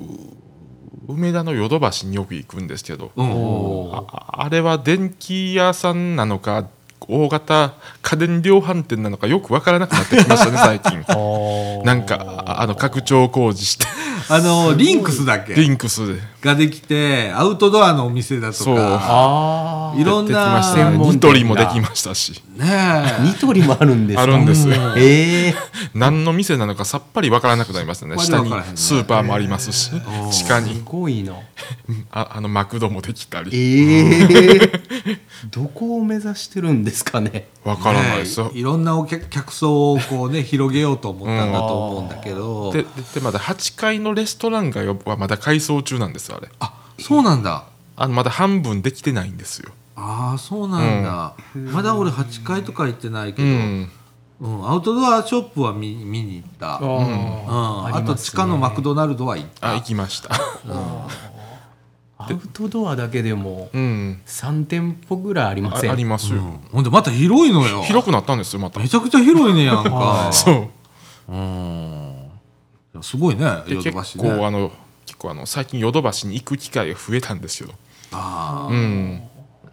う梅田のヨドバシによく行くんですけどうんおーああれは電気屋さんなのか大型家電量販店なのかよくわからなくなってきましたね最近おーなんかああの拡張工事してあのリンクスだっけリンクスでができてアウトドアのお店だとそうかあいーろん出てきまなしたね専門ニ店トがリもできましたしねニトリもあるんですかあるんですよええ何の店なのかさっぱりわからなくなりましたねさっぱ下りにわからへんねスーパーもありますし地下すにごいなああのマクドもできたりええ どこを目指してるんですかね。わかえらないですよねいろんなお客客層をこう ね広げようと思ったんだと思うんだけどでででまだ8階のレストラン街はまだ改装中なんですよあれあそうなんだあのまだ半分できてないんですよ、ああそうなんだ、まだ俺8階とか行ってないけうど、ん、うん、アウトドアショップは見見に行ったうん、ああと地下のマクドナルドは行ったあ行きましたアウトドアだけでもうん三店舗ぐらいありまあせん。ありますよ、ほんでまた広いのよ広くなったんですよまためちゃくちゃ広いねやんかそううんすごいねでヨド結バシ構ねあの結構あの最近ヨドバシに行く機会が増えたんですよああうん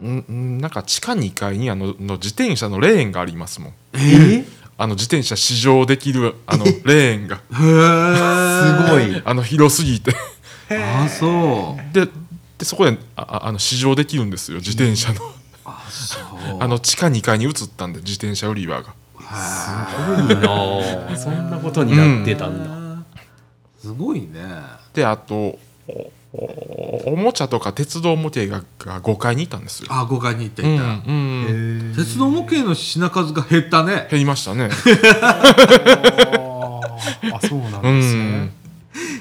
んんなんか地下2階にあのの自転車のレーンがありますもんえあの自転車試乗できる あのレーンがへえすごい。あの広すぎてああそうででそこであああの試乗できるんですよ自転車のあそうあの地下2階に移ったんで自転車売り場がいいな あ。そんなことになってたんだ。すごいねであとおおおもちゃとか鉄道模型がが5階にいたんですよ。あ5階に行ってういんた、うん、鉄道模型の品数が減ったね減りましたね。あそうなんうですねん。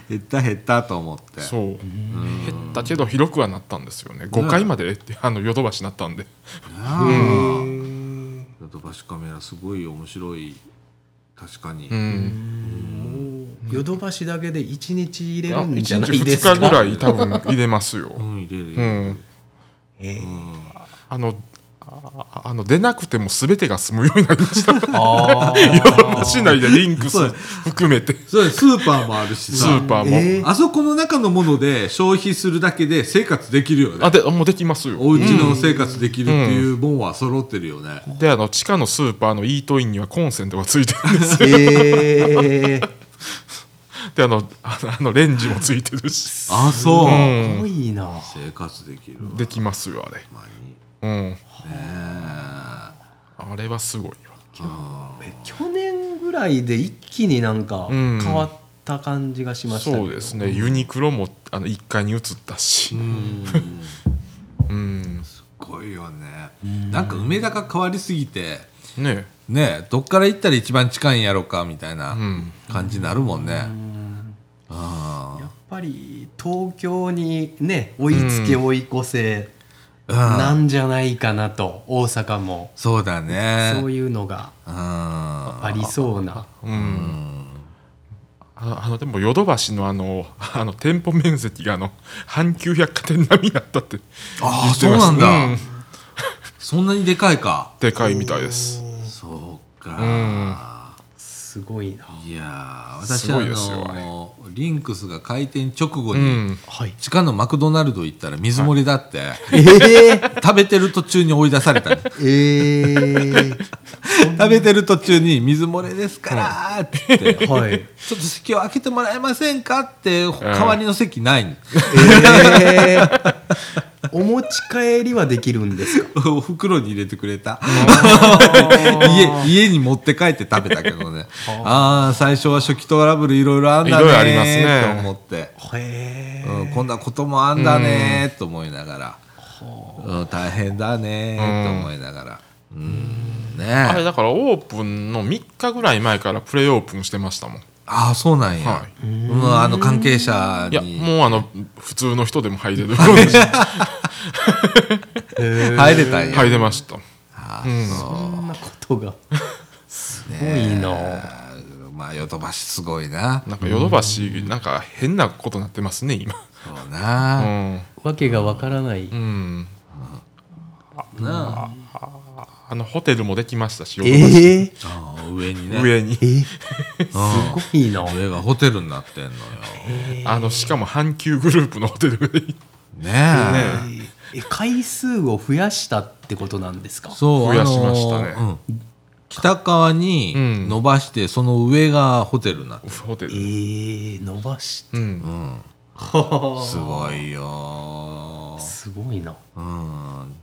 減った減ったと思ってそう減ったけど広くはなったんですよね5回までってあのヨドバシなったんでなあヨドバシカメラすごい面白い確かに、うんヨドバシだけで1日入れる1んじ日ゃないです2か日ぐらい多分入れますようん入れる、うんえーあのああの出なくても全てが済むようになりましたヨ あドバシ内でリンクスそう含めてそうスーパーもあるしスさーパーも、えーあそこの中のもので消費するだけで生活できるよねあでもうできますよお家の生活できるっていうもんは揃ってるよね、であの地下のスーパーのイートインにはコンセントがついてるんですよえー、であのあのあのレンジもついてるし、あそう、うんすごいな生活できるわできますよあれほんまにうんねあれはすごいわえ去年ぐらいで一気になんかうん変わった感じがしましたけど、そうですねユニクロもあの1階に移ったしえうんうんすごいよねなんか梅田が変わりすぎてねねえどっから行ったら一番近いんやろかみたいなうん感じになるもんね、あやっぱり東京にね追いつけう追い越せあうんなんじゃないかなと、大阪もそうだねそういうのがうんありそうなうんあのあのでもヨドバシのあのあの店舗面積があの阪急百貨店並みになったってああ言ってそうましたなんだ、うんそんなにでかいかでかいみたいですそううかん、すごいな、いやー私すはごあいですよのリンクスが開店直後うに、ん、はい、地下のマクドナルド行ったら水盛りだって、えー、食べてる途中に追い出され たのえ食べてる途中に水漏れですからーって言って、ー、はいちょっと席を開けてもらえませんかって代わりの席ない、えー、お持ち帰りはできるんですかお袋に入れてくれた家 家家に持って帰って食べたけどねああ最初は初期トラブルいろいろあんだいろいろありますねねーと思って、へうん、こんなこともあんだねーと思いながら、うん、大変だねーと思いながら、うん、ねあれえだからオープンの3日ぐらい前からプレオープンしてましたもんああそうなんや、はうん、あの関係者いやにもうあの普通の人でも 入れる入え入れたんや、れましたあーそうそんなことがすごいなあーまあヨドバシすごいななんかヨドバシなんか変なことになってますね今そうな、わけがわからない、うん、うん、なああのホテルもできましたしヨドバシえー、すあー上にね上にえうー、んごいな上がホテルになってんのよあのしかも阪急グループのホテルがいいねええ回数を増やしたってことなんですかそう増やしましたねあのーうん北側にうん伸ばして、その上がホテルになってるホテえル、ー、伸ばしう、うんんすごいよーすごいなうん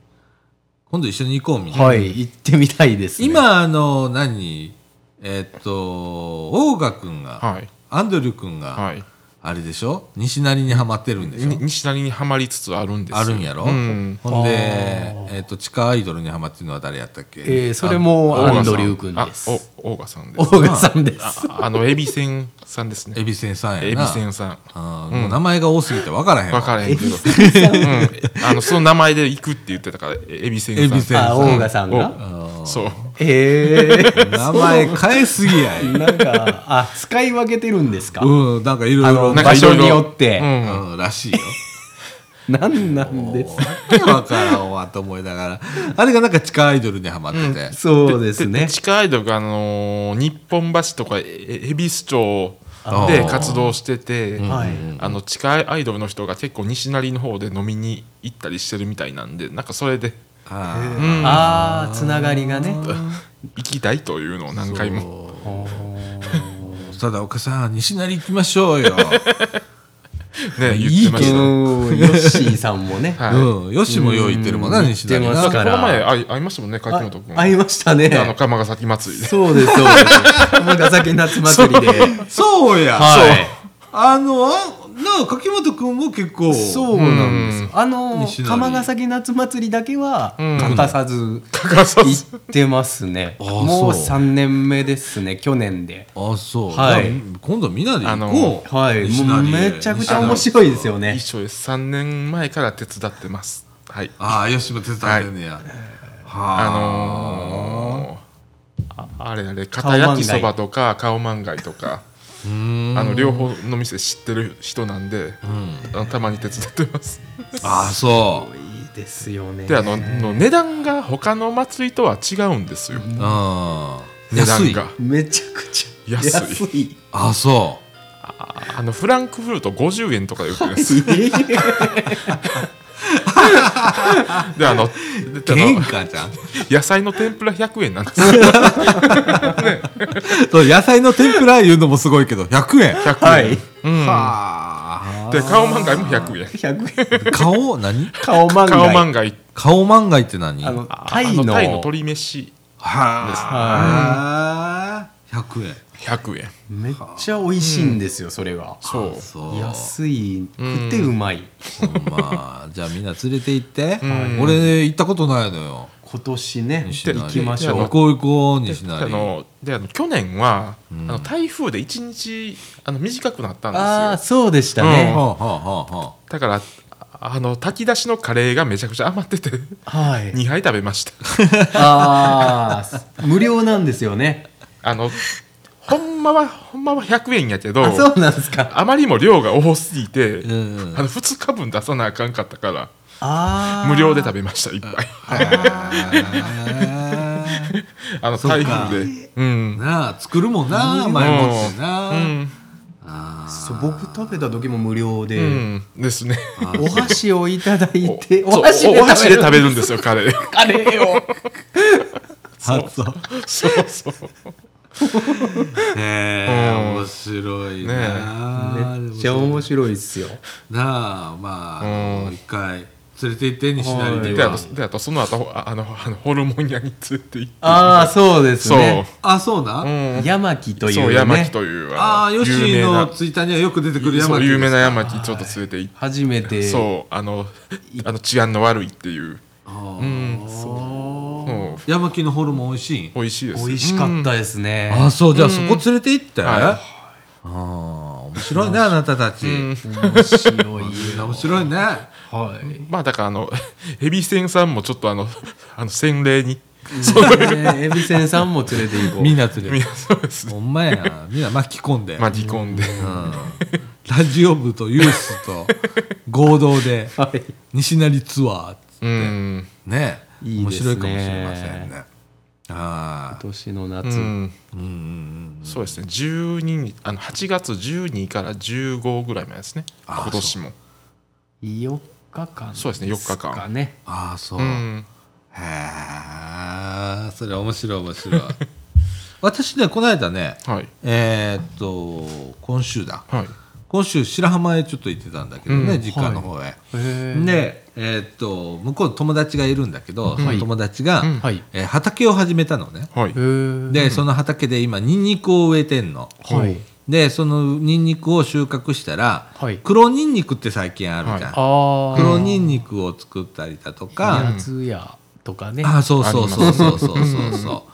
今度一緒に行こうみたいな、はい行ってみたいです、ね、今あの何えっと大賀君が、はいアンドリュー君が、はいあれでしょ西成にはまってるんでしょに西成にはまりつつあるんですよあるんやろ、うんほんであ、えっと地下アイドルにはまってるのは誰やったっけ、えー、それも大賀さんアンドリュー君ですあお大賀さんです大賀さんですああのエビセンさんですエねビセンさんエやビなセンさんあーもう名前が多すぎて分からへんわ分からへんけど、うん、あのその名前で行くって言ってたからえエビセンさんエビセンあ大賀さんうがんそうえー、名前変えすぎやい なんかあ使い分けてるんですか、うんなんかいろいあろなのんなか場いろ所いろによって、うんうんらしいよなんなんですか分からんわと思いながらあれがなんか地下アイドルにはまってて、そうですね地下アイドルが、あのー日本橋とかええ恵比寿町あでー活動しててはいあの地下アイドルの人が結構西成の方で飲みに行ったりしてるみたいなんでなんかそれであーうんああつながりがね行きたいというのを何回もただ岡さん西成行きましょうよ、ね言ってましたねうんヨッシーさんもねはいうんよしもよう言ってるもんなうん西成言ってなますこかの前ら会い会いましたもんね柿本君あ会いましたねあの釜ヶ崎祭りでそう ですそうです長崎夏祭りでそうや、はいあのあなあ柿本君も結構そうなんですよあの西成釜ヶ崎夏祭りだけはうん欠かさず欠 かさず行ってます ねあもうそう3年目ですね去年であそう、はいじゃあ今度みんなであ行このう、はい西もう成へめちゃくちゃ面白いですよね一緒です3年前から手伝ってますはいああ吉本手伝ってんねや、はああのーああれあれ片焼きそばとか顔まんがいとかあの両方の店知ってる人なんで、あのたまに手伝ってますああそいいですよねであのの値段が他の祭りとは違うんですよううん値安段いがめちゃくちゃ安いいああそああのフランクフルト50円とかで売って ますであのうであの喧嘩じゃん野菜の天ぷら100円なんですそう野菜の天ぷらいうのもすごいけど100円100円、はいうんはあで顔まんがいも100円100円顔何顔漫画顔まんがい顔漫画って何あのあタイあのタイの鶏飯はあ100円100円めっちゃ美味しいんですよそれがそうあそう安いくてうまいまあじゃあみんな連れて行ってん俺ね行ったことないのよ今年ね西成行きましょ行うこう行こう西であ成のであの去年は、あの台風で1日あの短くなったんああですよそうでしたはあねはあはあはだからああの炊き出しのカレーがめちゃくちゃ余ってて はい2杯食べましたああ無料なんですよねあのほんまはほんまは100円やけどあそうなんですかあまりにも量が多すぎて、うんあの2日分出さなあかんかったからああ無料で食べましたいっぱいあ あのそっか台風でうん、なあ作るもんな前もってなうんあーそう僕食べた時も無料うでん、ですねお箸をいただいてそうお箸で食べるんですよカ レーカレ ーをあそうそうそうへうえん面白いねなめっちゃ面白いですよなあまああうのん一回連れて行って西成はいでであはとであとその後ほああのあのホルモン屋に連れて行ってああそうですそう、ねあそうなうん山木とそういう山木ねというああのヨシ有名ーのなツイッターにはよく出てくるそ山う木有名なですか山木ちょっと連れて行っ初めててそうあのあの治安の悪いっていうあーうんもう山木のホルモン美味しいん美味しいです美味しかったですねあそうじゃあそこ連れて行って、はいああ面白いねあなたたち、面白いみんな面白いねはいまあだからあの ヘビ戦さんもちょっとあの あの洗礼に えびせんさんも連れて行こうみんな連れみんてなそうですねほんまやみんな巻き込んで、巻き込んでうんラジオ部とユースと合同ではい西成ツアーうんねいい面です白ねいかもしれませんねあ今年の夏、うんあうんうんうんそうですね12にあの8月12から15ぐらいまでですねあ今年も4日間そうですね4日間かねああそう、うんへえそれ面白い面白い私ねこの間ねはいえーっと今週だはい今週白浜へちょっと行ってたんだけどね、うん実家の方へ、へで、えーっと向こう友達がいるんだけど、その友達が、うんはいえー畑を始めたのね、はいえでその畑で今ニンニクを植えてんの、はいでそのニンニクを収穫したら、はい黒ニンニクって最近あるじゃん、あ黒ニンニクを作ったりだとか、あ夏やとかねあそうそうそうあそうそうそうそう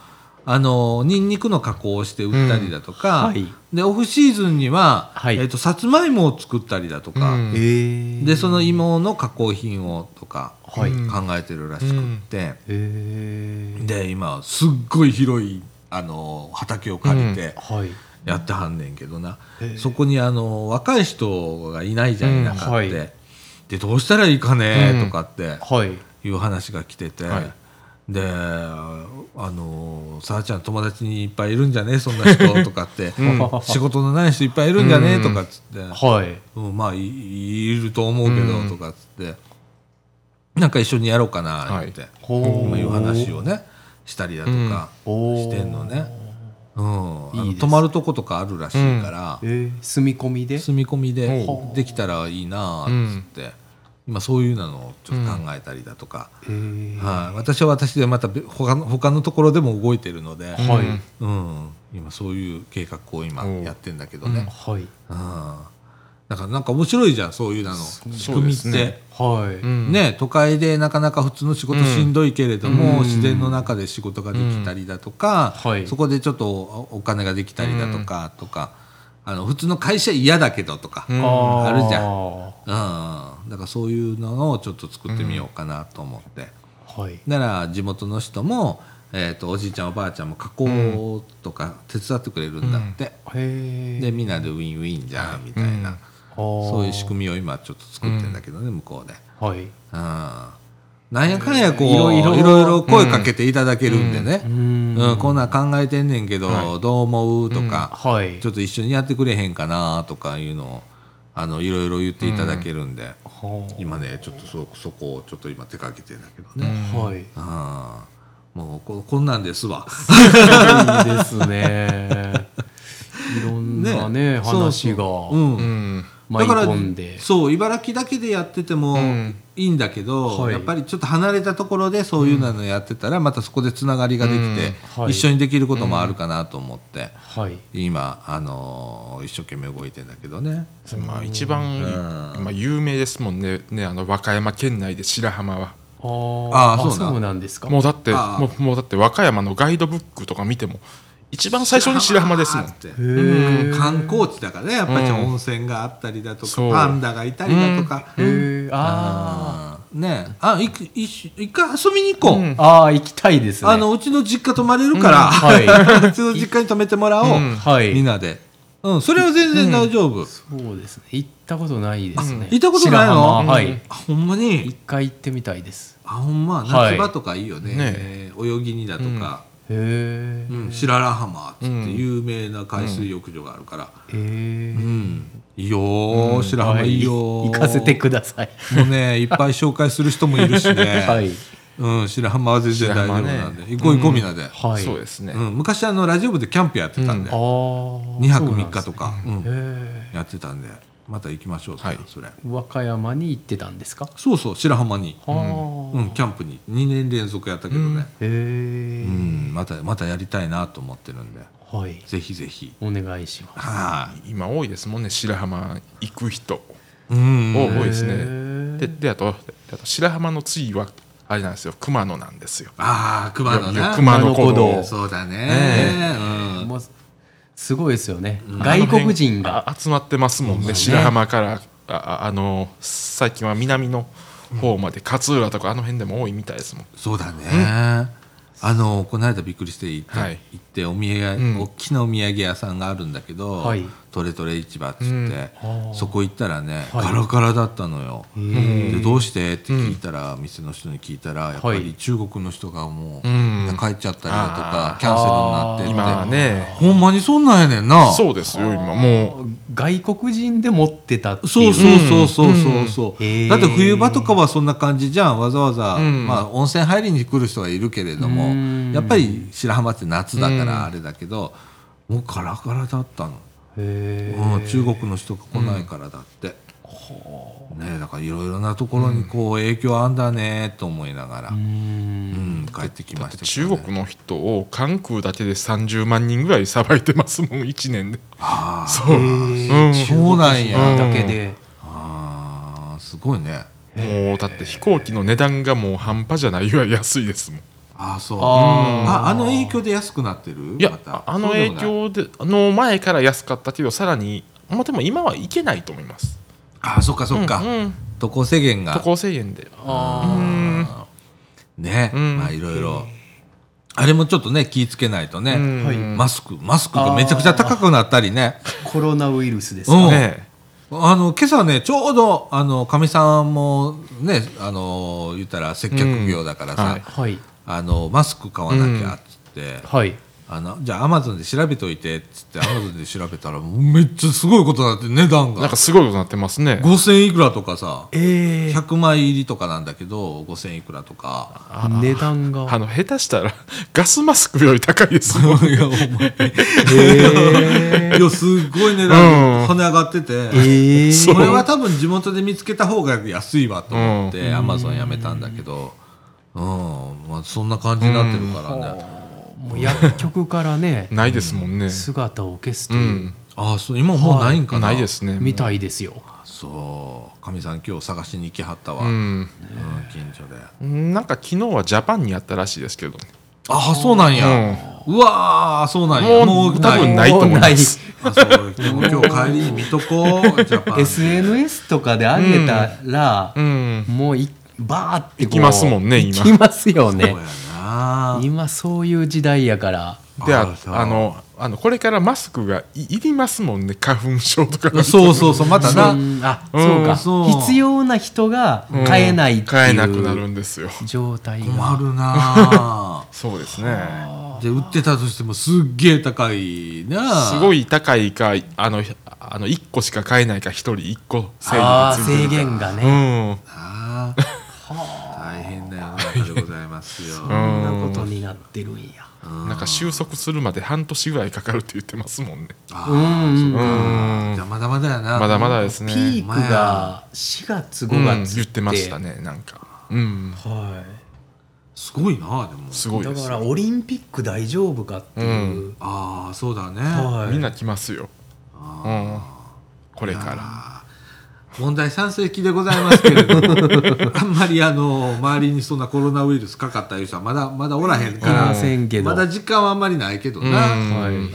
あのニンニクの加工をして売ったりだとか、うんはいでオフシーズンには、はいえっとさつまいもを作ったりだとか、うんへえでその芋の加工品をとか考はいうんえてるらしくって、へえで今すっごい広いあの畑を借りてはいやってはんねんけどな、へえそこにあの若い人がいないじゃん田舎って、うんはいでどうしたらいいかねとかって。はいいう話が来てて、はいであの「さあちゃん友達にいっぱいいるんじゃねそんな人」とかって、ん仕事のない人いっぱいいるんじゃねうんとかっつって、はいうんまあいいると思うけど、うんとかっつってなんか一緒にやろうかなはいって、い、ほう話をねしたりだとかおーしてんのね。うんあのいいです泊まるとことかあるらしいから、えー住み込みで住み込みでほできたらいいなーっつって、今そういうのをちょっと考えたりだとか。えーはい、私は私でまたべ他の他のところでも動いてるので、はいうんうん、今そういう計画を今おうやってんだけどね、はういんだからなんか面白いじゃんそういうなの仕組みって、そうですねはい、うんね、都会でなかなか普通の仕事しんどいけれども、うん自然の中で仕事ができたりだとか、うんはいそこでちょっとおお金ができたりだとか、とかあの普通の会社嫌だけどとか、ううんんーあるじゃんだからそういうのをちょっと作ってみようかなと思って、はいなら地元の人も、えー、とおじいちゃんおばあちゃんも加工とか手伝ってくれるんだって、へえでみんなでウィンウィンじゃんみたいな、うんそういう仕み組みを今ちょっと作ってるんだけどね、向こうで。はいうんなんやかんやこう、いいろろいいろろ声かけていただけるんでね、ううんんこんなん考えてんねんけど、はどう思うとか、はいちょっと一緒にやってくれへんかなとかいうのをあのいろいろ言っていただけるんで、は今ねちょっとそそこをちょっと今手掛けてんだけどね、あはいいいああもうここんなんですわですねいろんなね話がそうそううんうん舞い込んでそう茨城だけでやっててもんいいんだけど、はいやっぱりちょっと離れたところでそういうのやってたらまたそこでつながりができて、うんはい一緒にできることもあるかなと思って、はい今、あのー一生懸命動いてんだけどね。まあ、一番、うまあ、有名ですもんねねあの和歌山県内で白浜はあーあーそうあだそうなんですかもうだってああもうもうだって和歌山のガイドブックとか見ても一番最初に白浜ですもんってーうん観光地だからねやっぱりうん温泉があったりだとか、そうパンダがいたりだとか、へえああーねあいく一緒一回遊びに行こう、うんーあー行きたいですねあのうちの実家泊まれるから、はうちの実家に泊めてもら おう、うんはいみんなで、うん、それは全然大丈夫、そうですね行ったことないですね行ったことないの白浜はういんあほんま一に回行ってみたいですあほんまはい夏場とかいいよね,、泳ぎにだとか、へえうん白良浜っつっうてん有名な海水浴場があるから、うへんえいいよー、白浜いいよー、行かせてくださいもうねいっぱい紹介する人もいるしね、 はいうん、白浜は全然大丈夫なんで、行こう行こうみんなで、はいそうですね、うん、昔あのラジオ部でキャンプやってたんで、あー2泊3そ日とか、う、うんなんですねへやってたんでまた行きましょう、はいそれえ和歌山に行ってたんですかそうそう白浜に、はあうん、キャンプに2年連続やったけどね、へうんえまたまたやりたいなと思ってるんではいぜひぜひお願いしますはい、今多いですもんね白浜行く人うん多いですへねーでであとあと白浜の次はあれなんですよ熊野なんですよああ熊野な熊野古熊野古道道そうだねねうんもうすごいですよねうん外国人あのが辺あ集まってますもんねそうですね白浜からあああの最近は南の方まで勝浦とかあの辺でも多いみたいですもんそうだね、あのこの間びっくりして行って,、はい行ってお土産、うん大きなお土産屋さんがあるんだけど、はいトレトレ市場っつって、うんあーそこ行ったらね、はいガラガラだったのよ。へーでどうしてって聞いたら、店の人に聞いたらやっぱはりい中国の人がもう、うみんんな帰っちゃったりだとかあーキャンセルにな今ってって、ねほんまにそんなんやねんなそうですよ今もう外国人で持ってたっていうそうそうそうそうそうそう、うんうんだって冬場とかはそんな感じじゃんわざわざ、うんまあ、温泉入りに来る人がいるけれども、うんやっぱり白浜って夏だかうんらあれだけど、もうガラガラだったの、へえうん、中国の人が来ないからだって、ねえだからいろいろなところにこう影響あんだねと思いながら、うん帰ってきましたけど中ね、国の人を関空だけで30万人ぐらいさばいてますもん1年であーそう、うんそうなんや、うんだけであーすごいねもうだって飛行機の値段がもう半端じゃないぐらい安いですもんああそうあああの影響で安くなってるいやま、たああの影そうでもない響での前から安かったけど、さらに、まあ、でも今はいけないと思います。ああそっかそっか、うんうん渡航制限渡が航制限で。あね、うんまあいろいろあれもちょっとね気ぃつけないとね、うんはいマスクマスクがめちゃくちゃ高くなったりねーコロナウイルスですうんかねあの今朝ねちょうどあのかみさんもねあの言ったら接客業だからさ、うんはいはいあのマスク買わなきゃっつって、はいあのじゃあアマゾンで調べといてっつってアマゾンで調べたらもうめっちゃすごいことになって値段えなんがかすごいことになってますね。 5000いくらとかさえ100枚入りとかなんだけど5000いくらとか。 値段があの下手したら ガスマスクより高いですも ん。いやお前えいやすごい値段跳ね上がってて、えそこれは多分地元で見つけた方が安いわと思ってアマゾンやめたんだけど、うんまあ、そんな感じになってるからね、もう薬局からね ないですもんね。姿を消すとう。いうんああそう今もうないんかな、ないですねみたいですよそうかみさん今日探しに行きはったわ、ううんん近所でなんか昨日はジャパンにあったらしいですけどねああそうなんや、うわあそうなんやもう多ない分ないと思いますあそうでも今日帰りに見とこうジャパン SNS とかで上げたら、うんもういバーってこう行きますもんね今行きますよそうねやな今そういう時代やからでああーそうあのあのこれからマスクがいいりますもんね花粉症とか そうそうそうまたな、うんあうんそうかそう必要な人が買えないって買えなくないるうんですよ状態困がるなそうですねで売ってたとしてもすっげえ高いなすごい高いかあのあの1個しか買えないか1人1個制限があつーいて制るか限がね、うんなあ大変だよなでございます よこんなことになってるんやなんか収束するまで半年ぐらいかかるって言ってますもんね。あうんーそっかうんじゃあまだまだやなまだまだですね。ピークが4月5うん月言ってましたね、なんか。うん、はすごいなでもすごいいだですかよ。らオリンピック大丈夫かっていう、ああそうだね、はいみんな来ますよ。うん、これか問題山世紀でございますけれども あんまりあの周りにそんなコロナウイルスかかったいう人はまだまだおらへんかいまら、せんけど、まだ時間はあんまりないけどら。うんな、うんうん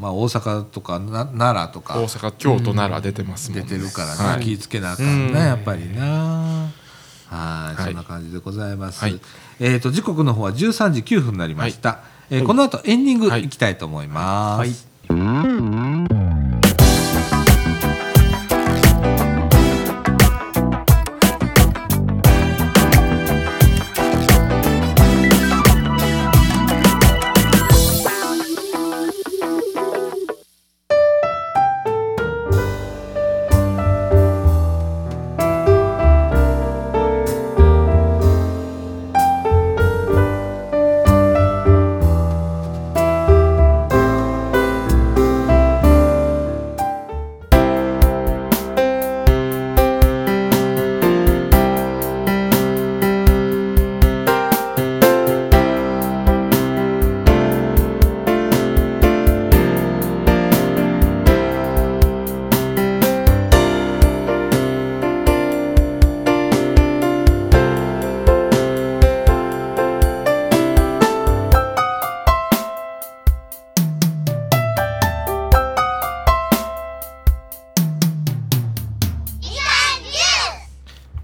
まあ、大阪とかな奈良とか大阪、京都なら出てますもん出ね。てるからな、はい気ぃつけなあかんな、うんやっぱりなはいはいそんな感じでございます、はいえっ、と時刻の方は13時9分になりました、えーこの後エンディングはいいきたいと思います、はい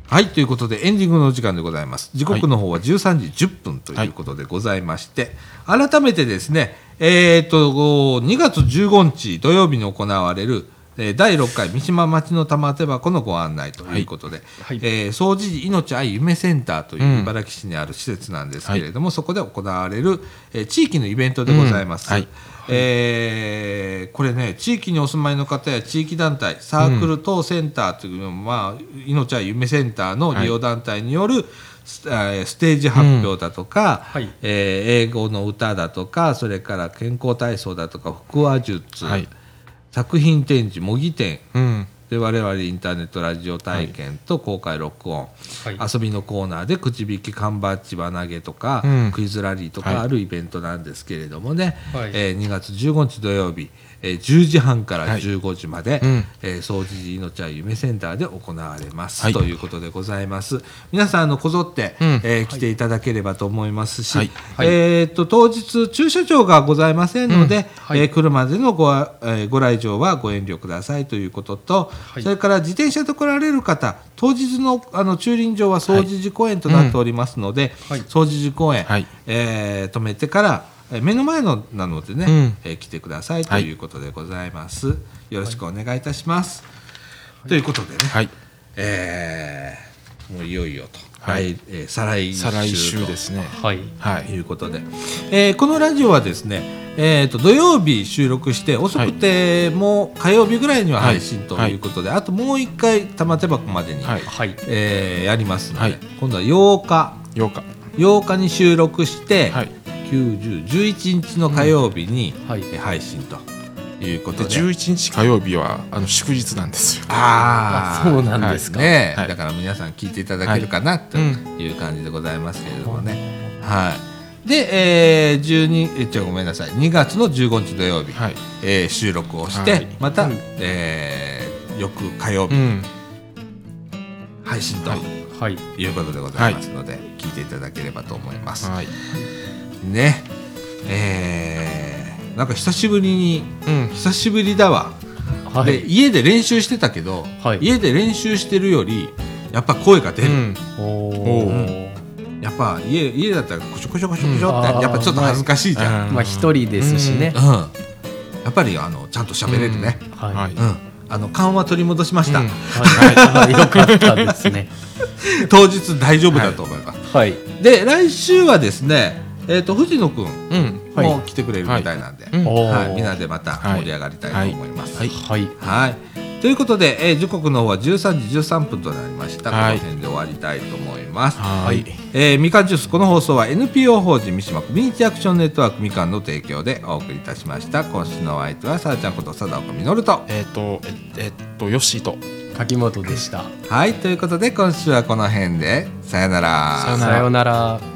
はい、ということでエンディングのお時間でございます。時刻の方は13時10分ということでございまして、改めてですね、えっとこう2月15日土曜日に行われるえー第6回三島町の玉手箱のご案内ということで、はいえー総知事命愛夢センターといううん茨城市にある施設なんですけれども、そこで行われる、えー地域のイベントでございます。うんはいえーこれね地域にお住まいの方や地域団体サークル等センターというのも、まあ、いのちゃん夢センターの利用団体によるス,、えーステージ発表だとか、はいえー英語の歌だとかそれから健康体操だとか腹話術、はい作品展示模擬展うん。で我々インターネットラジオ体験と公開録音、はい遊びのコーナーでくじ引き缶バッジ輪投げとか、うんクイズラリーとはいかあるイベントなんですけれどもね、はいえー2月15日土曜日、えー10時半からはい15時まで、うんえー総知事いのちゃん夢センターで行われます、はいということでございます皆さんあのこぞって、うんえー来ていただければと思いますし、はいはいえーっと当日駐車場がございませんので、はいえー車でのご,、えーご来場はご遠慮くださいということと、はいそれから自転車で来られる方当日のあの駐輪場は総除寺公園となっておりますので、はいうん総除寺公園、はいえー止めてからえー目の前のなのでね、うんえー来てくださいとはいいうことでございます、よろしくお願いいたします、ということでね、はい。えーもういよいよと、はい来えー再来週再来週とですね。はいはといい。うことで、えーこのラジオはですね、えー、と土曜日収録して遅くてもう火曜日ぐらいには配信ということで、あともう一回玉手箱までに、はい。はいえーやりますので、はい今度は8日8日。 8日に収録して、はい。 9、10、11日の火曜日に、んはいえー配信というこで、とで。 11日火曜日は、あの、祝日なんですよ。あーあそうなんですかねえはいだから皆さん聞いていただけるかなとうんいう感じでございますけれどもね、はいで、えー、12え違うごめんなさい2月の15日土曜日、はいえー収録をして、はいまた、はいえー翌火曜う日ん配信とはいいうことでございますので、聞いていただければと思います。はいねえーなんか久しぶりにうん久しぶりだわ、はでい家で練習してたけど、はい家で練習してるよりやっぱ声が出うる、んおおおやっぱ家家だったらこしょこしょこしょこしょうっんて、あーやっぱちょっと恥ずかしいじゃん、まあ一人ですしねうんやっぱりあのちゃんと喋れるね、はいははいいうんあの勘は取り戻しました、うんはいよかったですね当日大丈夫だと思います、はいで来週はですね、えー、と藤野くんうんはいも来てくれるみたいなんで、うんおはいーみんなでまた盛り上がりたいと思います、はいはいはい。ということで、えー時刻の方は13時13分となりました。こはのい辺で終わりたいと思います。はいえーみかんジュースこの放送は NPO 法人三島コミュニティアクションネットワークみかんの提供でお送りいたしました今週のお相手はさあちゃんこと佐田岡実とえっとええっとよっしーと柿本でしたはいということで今週はこの辺でさよならさよならさようなら